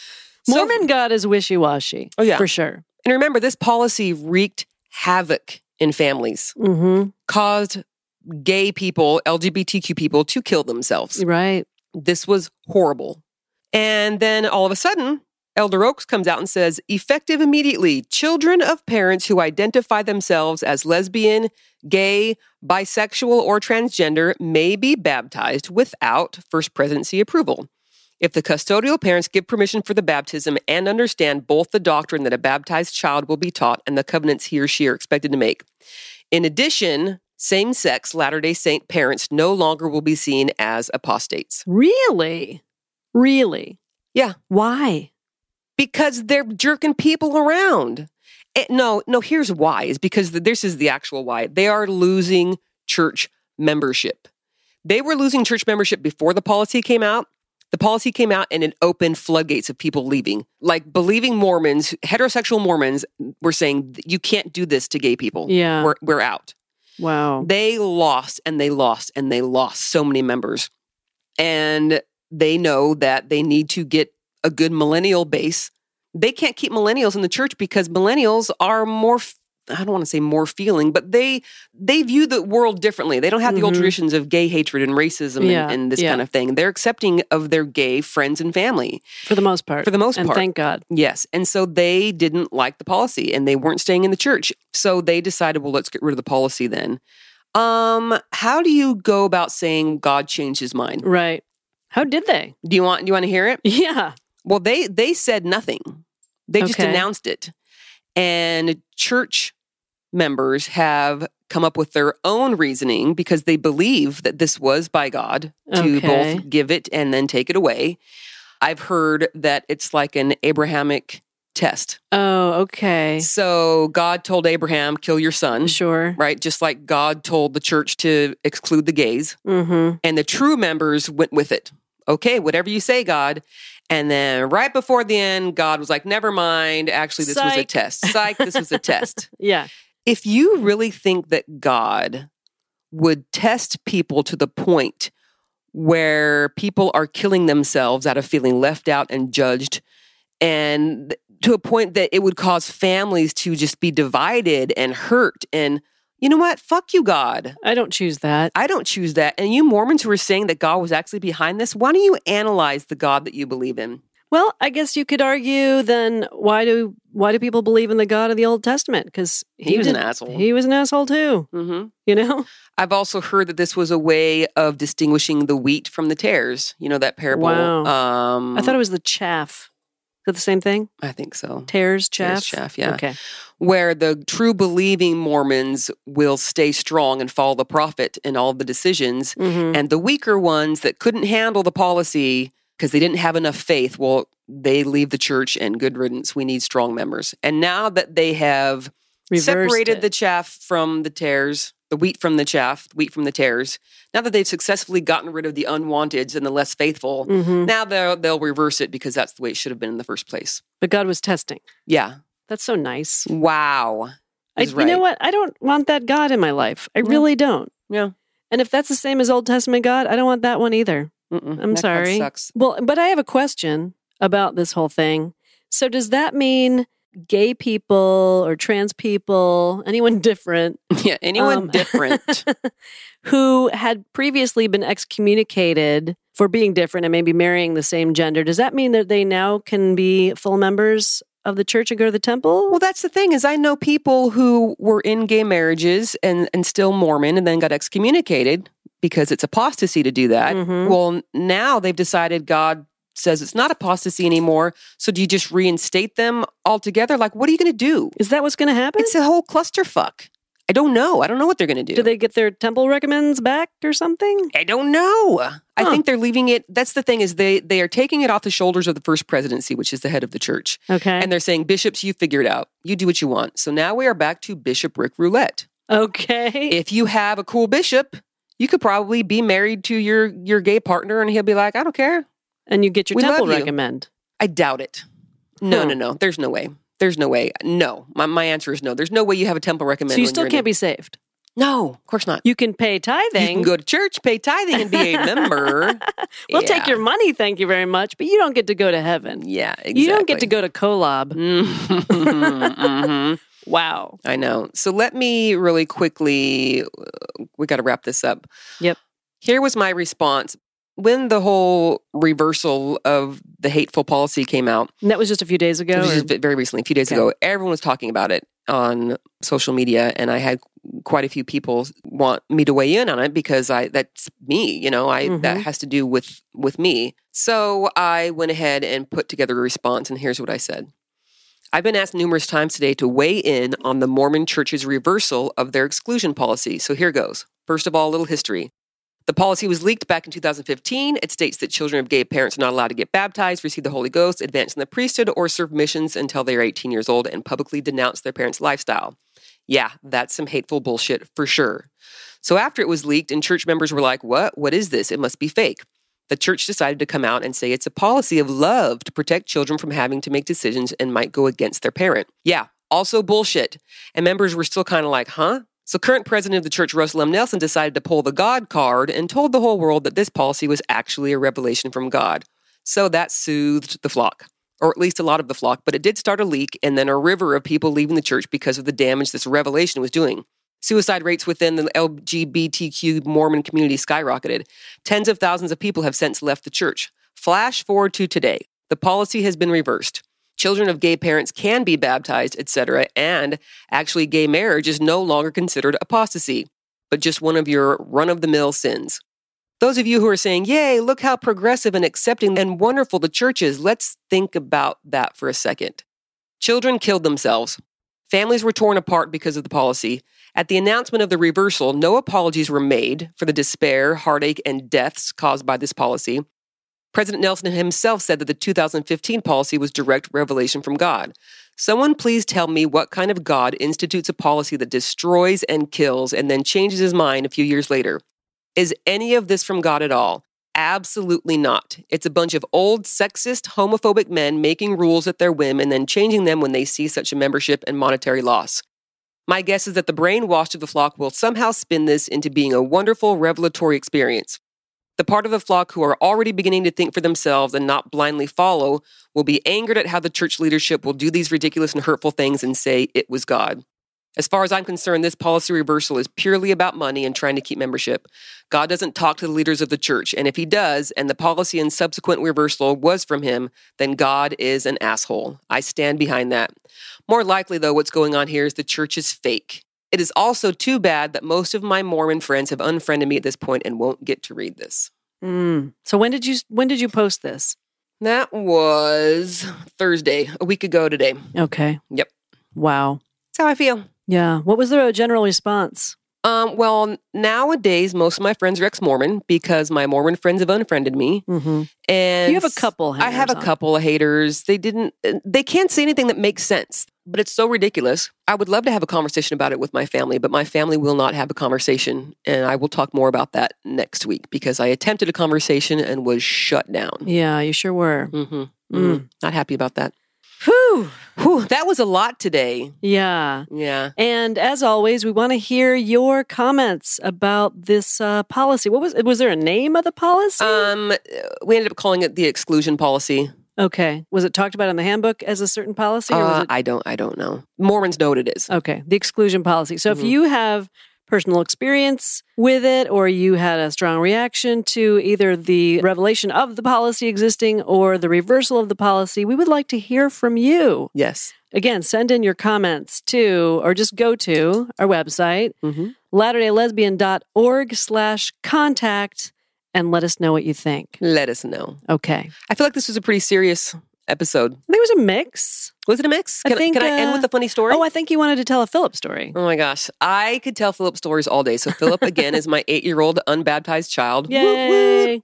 S4: Mormon God is wishy washy.
S5: Oh, yeah.
S4: for sure.
S5: And remember, this policy wreaked havoc in families,
S4: Mm-hmm.
S5: caused gay people, LGBTQ people to kill themselves.
S4: Right.
S5: This was horrible. And then all of a sudden, Elder Oaks comes out and says, effective immediately, children of parents who identify themselves as lesbian, gay, bisexual, or transgender may be baptized without first presidency approval. If the custodial parents give permission for the baptism and understand both the doctrine that a baptized child will be taught and the covenants he or she are expected to make. In addition, same sex Latter day Saint parents no longer will be seen as apostates.
S4: Really. Really.
S5: Yeah.
S4: Why?
S5: because they're jerking people around. Eh, no, no, here's why is because th- this is the actual why. They are losing church membership. They were losing church membership before the policy came out. The policy came out and it opened floodgates of people leaving. Like believing Mormons, heterosexual Mormons were saying, you can't do this to gay people.
S4: Yeah.
S5: We're, we're out.
S4: Wow.
S5: They lost and they lost and they lost so many members. And they know that they need to get a good millennial base. They can't keep millennials in the church because millennials are more f- I don't want to say more feeling, but they they view the world differently. They don't have the old
S4: Mhm.
S5: traditions of gay hatred and racism and-
S4: Yeah,
S5: and, this
S4: yeah.
S5: kind of thing. They're accepting of their gay friends and family.
S4: For the most part.
S5: For the most
S4: and
S5: part.
S4: thank God.
S5: Yes. And so they didn't like the policy and they weren't staying in the church. So they decided, well, let's get rid of the policy then. Um, how do you go about saying God changed his mind?
S4: Right. How did they?
S5: Do you want do you want to hear it?
S4: Yeah.
S5: Well, they they said nothing. They just
S4: Okay.
S5: announced it. And church members have come up with their own reasoning because they believe that this was by God to
S4: Okay.
S5: both give it and then take it away. I've heard that it's like an Abrahamic test.
S4: Oh, okay.
S5: So God told Abraham, kill your son,
S4: Sure.
S5: Mm-hmm. right? Just like God told the church to exclude the gays.
S4: Mm-hmm.
S5: And the true members went with it. Okay, whatever you say, God. And then right before the end, God was like, never mind. Actually, this was a
S4: Psych.
S5: test. Psych, this was a test.
S4: Yeah.
S5: If you really think that God would test people to the point where people are killing themselves out of feeling left out and judged, and th- to a point that it would cause families to just be divided and hurt, and you know what? Fuck you, God.
S4: I don't choose that.
S5: I don't choose that. And you Mormons who are saying that God was actually behind this, why don't you analyze the God that you believe in?
S4: Well, I guess you could argue then why do why do people believe in the God of the Old Testament? Because
S5: He was an asshole.
S4: He was an asshole too.
S5: Mm-hmm.
S4: You know.
S5: I've also heard that this was a way of distinguishing the wheat from the tares. You know that parable.
S4: Wow.
S5: Um,
S4: I thought it was the chaff. Is that the same thing?
S5: I think so.
S4: Tares,
S5: Tares,
S4: chaff.
S5: chaff, yeah.
S4: Okay.
S5: Where the true believing Mormons will stay strong and follow the prophet in all the decisions,
S4: hmm
S5: and the weaker ones that couldn't handle the policy because they didn't have enough faith, well, they leave the church and good riddance. We need strong members. And now that they have separated the chaff from the tares, the wheat from the chaff, the wheat from the tares. Now that they've successfully gotten rid of the unwanteds and the less faithful,
S4: hmm
S5: now they'll, they'll reverse it because that's the way it should have been in the first place.
S4: But God was testing.
S5: Yeah.
S4: That's so nice.
S5: Wow.
S4: I,
S5: He's
S4: you know
S5: right.
S4: what? I don't want that God in my life. I really don't.
S5: Yeah.
S4: And if that's the same as Old Testament God, I don't want that one either.
S5: Mm-mm.
S4: I'm
S5: That
S4: sorry.
S5: God sucks.
S4: Well, but I have a question about this whole thing. So, does that mean gay people or trans people, anyone different,
S5: Yeah. Anyone
S4: um,
S5: different?
S4: who had previously been excommunicated for being different and maybe marrying the same gender, does that mean that they now can be full members of the church and go to the temple?
S5: well, that's the thing is I know people who were in gay marriages and, and still Mormon and then got excommunicated because it's apostasy to do that.
S4: Mhm.
S5: Well, n- now they've decided God says it's not apostasy anymore. So do you just reinstate them altogether? Like, what are you going to do?
S4: Is that what's going to happen?
S5: It's a whole clusterfuck. I don't know. I don't know what they're going to do.
S4: Do they get their temple recommends back or something?
S5: I don't know. I
S4: Huh.
S5: think they're leaving it. That's the thing is they they are taking it off the shoulders of the first presidency, which is the head of the church,
S4: Okay.
S5: and they're saying bishops, you figure it out. You do what you want. So now we are back to bishopric roulette.
S4: okay.
S5: If you have a cool bishop, you could probably be married to your your gay partner, and he'll be like, I don't care.
S4: and you get your
S5: We love
S4: temple
S5: you.
S4: recommend.
S5: I doubt it. No,
S4: Hmm.
S5: no, no. There's no way. There's no way. No. My, my answer is no. There's no way you have a temple recommend.
S4: So you
S5: when
S4: still
S5: you're
S4: can't
S5: in
S4: be saved.
S5: it. No, of course not.
S4: You can pay
S5: You
S4: tithing.
S5: can go to church, pay tithing, and be a member.
S4: we'll
S5: Yeah.
S4: take your money, thank you very much, but you don't get to go to heaven.
S5: Yeah, exactly. Mm, Mm-hmm.
S4: You don't get to go to Kolob.
S5: Mhm.
S4: Wow.
S5: I know. So let me really quickly, uh, we got to wrap this up.
S4: Yep.
S5: Here was my response. When the whole reversal of the hateful policy came out,
S4: And that was just a few days ago.
S5: It was
S4: or-
S5: just ve- very recently, a few days
S4: Okay.
S5: ago. Everyone was talking about it on social media, and I had quite a few people want me to weigh in on it because I that's me, you know, I that
S4: Mhm.
S5: has to do with with me. So I went ahead and put together a response, and here's what I said. I've been asked numerous times today to weigh in on the Mormon Church's reversal of their exclusion policy. So here goes. First of all, a little history. The policy was leaked back in 2015. It states that children of gay parents are not allowed to get baptized, receive the Holy Ghost, advance in the priesthood, or serve missions until they are 18 years old and publicly denounce their parents' lifestyle. Yeah, that's some hateful bullshit for sure. So after it was leaked and church members were like, what? What is this? It must be fake. The church decided to come out and say it's a policy of love to protect children from having to make decisions and might go against their parent. Yeah, also bullshit. And members were still kind of like, huh? So, current president of the church, Russell M. Nelson, decided to pull the God card and told the whole world that this policy was actually a revelation from God. So, that soothed the flock, or at least a lot of the flock, but it did start a leak and then a river of people leaving the church because of the damage this revelation was doing. Suicide rates within the LGBTQ Mormon community skyrocketed. Tens of thousands of people have since left the church. Flash forward to today. The policy has been reversed. Children of gay parents can be baptized, etc., and actually gay marriage is no longer considered apostasy, but just one of your run of the mill sins. Those of you who are saying, yay, look how progressive and accepting and wonderful the church is, let's think about that for a second. Children killed themselves. Families were torn apart because of the policy. At the announcement of the reversal, no apologies were made for the despair, heartache, and deaths caused by this policy. President Nelson himself said that the 2015 policy was direct revelation from God. Someone please tell me what kind of God institutes a policy that destroys and kills and then changes his mind a few years later. Is any of this from God at all? Absolutely not. It's a bunch of old, sexist, homophobic men making rules at their whim and then changing them when they see such a membership and monetary loss. My guess is that the brainwashed of the flock will somehow spin this into being a wonderful revelatory experience. The part of the flock who are already beginning to think for themselves and not blindly follow will be angered at how the church leadership will do these ridiculous and hurtful things and say it was God. As far as I'm concerned, this policy reversal is purely about money and trying to keep membership. God doesn't talk to the leaders of the church, and if he does, and the policy and subsequent reversal was from him, then God is an asshole. I stand behind that. More likely, though, what's going on here is the church is fake. It is also too bad that most of my Mormon friends have unfriended me at this point and won't get to read this.
S4: Mm. So when did you when did you post this?
S5: That was Thursday, a week ago today. That's
S4: Okay.
S5: Yep.
S4: Wow.
S5: how I feel.
S4: Yeah. What was the general response?
S5: Um, well, nowadays, most of my friends are ex Mormon because my Mormon friends have unfriended me.
S4: Mm-hmm.
S5: And
S4: You have a couple.
S5: I have a
S4: hangers on.
S5: couple of haters. They didn't, uh, they can't say anything that makes sense, but it's so ridiculous. I would love to have a conversation about it with my family, but my family will not have a conversation. And I will talk more about that next week because I attempted a conversation and was shut down.
S4: Yeah, you sure were.
S5: Mm-hmm.
S4: Mm.
S5: Not happy about that.
S4: Whew.
S5: Whew, that was a lot today.
S4: Yeah.
S5: Yeah.
S4: And as always, we want to hear your comments about this uh, policy. What was was there a name of the policy?
S5: Um, we ended up calling it the exclusion policy.
S4: okay, was it talked about in the handbook as a certain policy? Or was
S5: Uh,
S4: it,
S5: I don't. I don't know. Mormons know what it is.
S4: okay, the exclusion policy. So
S5: Mhm.
S4: if you have personal experience with it, or you had a strong reaction to either the revelation of the policy existing or the reversal of the policy, we would like to hear from you.
S5: Yes.
S4: Again, send in your comments to, or just go to our website.
S5: Mm-hmm.
S4: latterdaylesbian.org slash contact and let us know what you think.
S5: Let us know.
S4: Okay.
S5: I feel like this was a pretty serious episode.
S4: There was a mix.
S5: Was it a mix?
S4: I
S5: Can
S4: think,
S5: can I end
S4: uh,
S5: with a funny story?
S4: Oh, I think you wanted to tell a Philip story.
S5: Oh my gosh. I could tell Philip stories all day. So, Philip, again, is my eight year old unbaptized child. Whoop, whoop.
S4: Yay.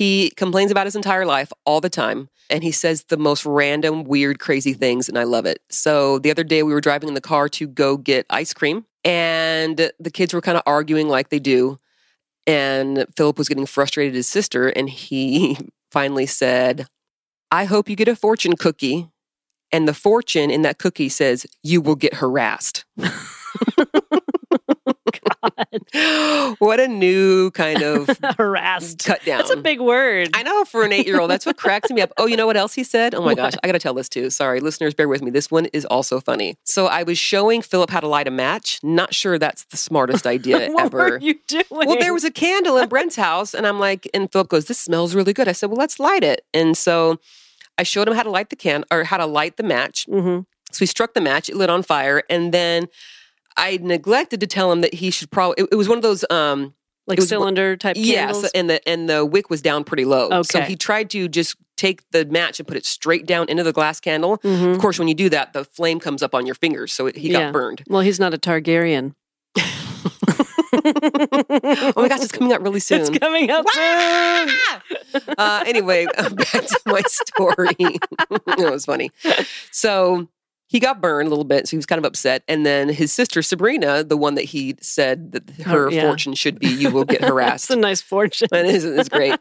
S5: He complains about his entire life all the time. And he says the most random, weird, crazy things. And I love it. So, the other day, we were driving in the car to go get ice cream. And the kids were kind of arguing like they do. And Philip was getting frustrated at his sister. And he finally said, I hope you get a fortune cookie. And the fortune in that cookie says, You will get harassed. what a new kind of
S4: Harassed.
S5: cut down.
S4: That's a big word.
S5: I know for an eight year old. That's what cracks me up. Oh, you know what else he said? Oh my gosh, I got to tell this too. Sorry, listeners, bear with me. This one is also funny. So I was showing Philip how to light a match. Not sure that's the smartest idea
S4: what
S5: ever.
S4: were you doing?
S5: Well, there was a candle in Brent's house, and I'm like, and Philip goes, "This smells really good." I said, "Well, let's light it." And so I showed him how to light the can or how to light the match.
S4: Mhm.
S5: So he struck the match, it lit on fire, and then I neglected to tell him that he should probably. It, it was one of those. um
S4: like
S5: it was-
S4: cylinder type
S5: yeah,
S4: candles.
S5: so- and the and the wick was down pretty low. So
S4: Okay.
S5: he tried to just take the match and put it straight down into the glass candle.
S4: Mhm.
S5: Of course, when you do that, the flame comes up on your fingers, so it, he
S4: Yeah.
S5: got burned.
S4: Well, he's not a Targaryen.
S5: Oh my gosh, it's coming up really soon.
S4: It's coming up soon.
S5: uh, anyway, back to my story. it was funny. So he got burned a little bit, so he was kind of upset. And then his sister Sabrina, the one that he said that her
S4: Oh, yeah.
S5: fortune should be, you will get harassed.
S4: That's a nice fortune.
S5: and it's, it's great.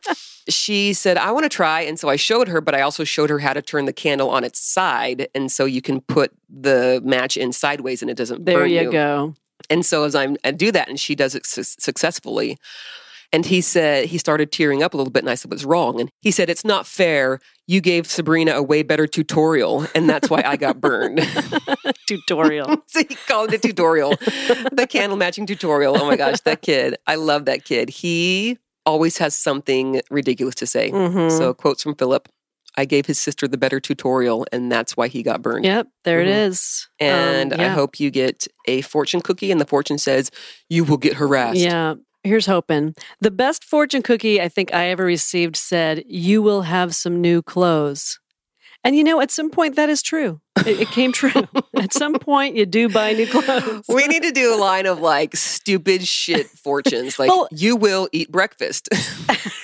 S5: She said, I want to try. And so I showed her, but I also showed her how to turn the candle on its side. And so you can put the match in sideways and it doesn't
S4: There
S5: burn
S4: you go.
S5: and so as I'm, I do that, and she does it su- successfully. And he said he started tearing up a little bit, and I said, "What's wrong?" And he said, "It's not fair. You gave Sabrina a way better tutorial, and that's why I got burned."
S4: Tutorial.
S5: so he called it a tutorial, the candle matching tutorial. Oh my gosh, that kid! I love that kid. He always has something ridiculous to say.
S4: Mhm.
S5: So quotes from Philip. I gave his sister the better tutorial, and that's why he got burned.
S4: Yep, there it
S5: Mhm.
S4: is. Um,
S5: And I
S4: yeah.
S5: hope you get a fortune cookie, and the fortune says you will get harassed.
S4: Yeah. Here's hoping. The best fortune cookie I think I ever received said, You will have some new clothes. And you know, at some point, that is true. It, it came true. at some point, you do buy new clothes.
S5: We need to do a line of like stupid shit fortunes, like
S4: Well-
S5: you will eat breakfast.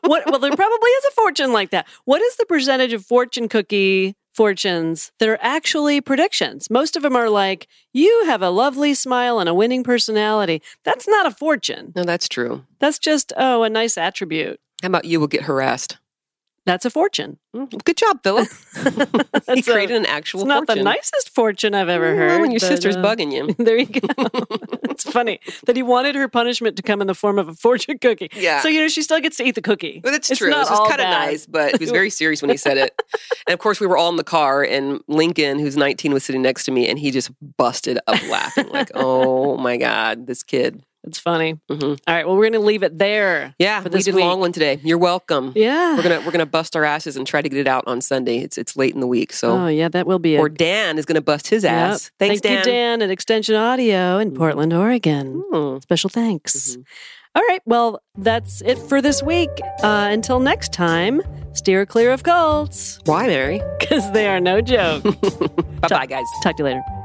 S4: What? Well, there probably is a fortune like that. What is the percentage of fortune cookie fortunes that are actually predictions? Most of them are like, "You have a lovely smile and a winning personality." That's not a fortune.
S5: No, that's true.
S4: That's just oh, a nice attribute.
S5: How about you will get harassed?
S4: That's a fortune.
S5: Mm, Good job, Philip. he
S4: That's a-
S5: created an actual
S4: it's not
S5: fortune.
S4: the nicest fortune I've ever heard.
S5: Well, when your
S4: but,
S5: sister's
S4: uh,
S5: bugging you.
S4: There you go. it's funny that he wanted her punishment to come in the form of a fortune cookie.
S5: Yeah.
S4: So you know she still gets to eat the cookie.
S5: Well, that's
S4: It's
S5: true.
S4: not
S5: This is
S4: all
S5: kind of
S4: bad.
S5: nice, but he was very serious when he said it. and of course, we were all in the car, and Lincoln, who's 19, was sitting next to me, and he just busted up laughing, like, "Oh my god, this kid!"
S4: It's funny.
S5: Mhm.
S4: All right. Well, we're going to leave it there.
S5: Yeah,
S4: For
S5: we
S4: this
S5: did a long
S4: week.
S5: one today. You're welcome.
S4: Yeah.
S5: We're gonna we're gonna bust our asses and try to get it out on Sunday. It's it's late in the week, so
S4: Oh yeah, that will be it.
S5: or Dan is gonna bust his
S4: Yep.
S5: ass. Thanks,
S4: Thank
S5: Dan. Mm-hmm.
S4: you, Dan, at Extension Audio in Portland, Oregon.
S5: Hmm.
S4: Special thanks. All right. Well, that's it for this week. Uh, until next time, steer clear of cults
S5: Why, Mary?
S4: because they are no joke.
S5: Bye, bye, guys.
S4: Talk to you later.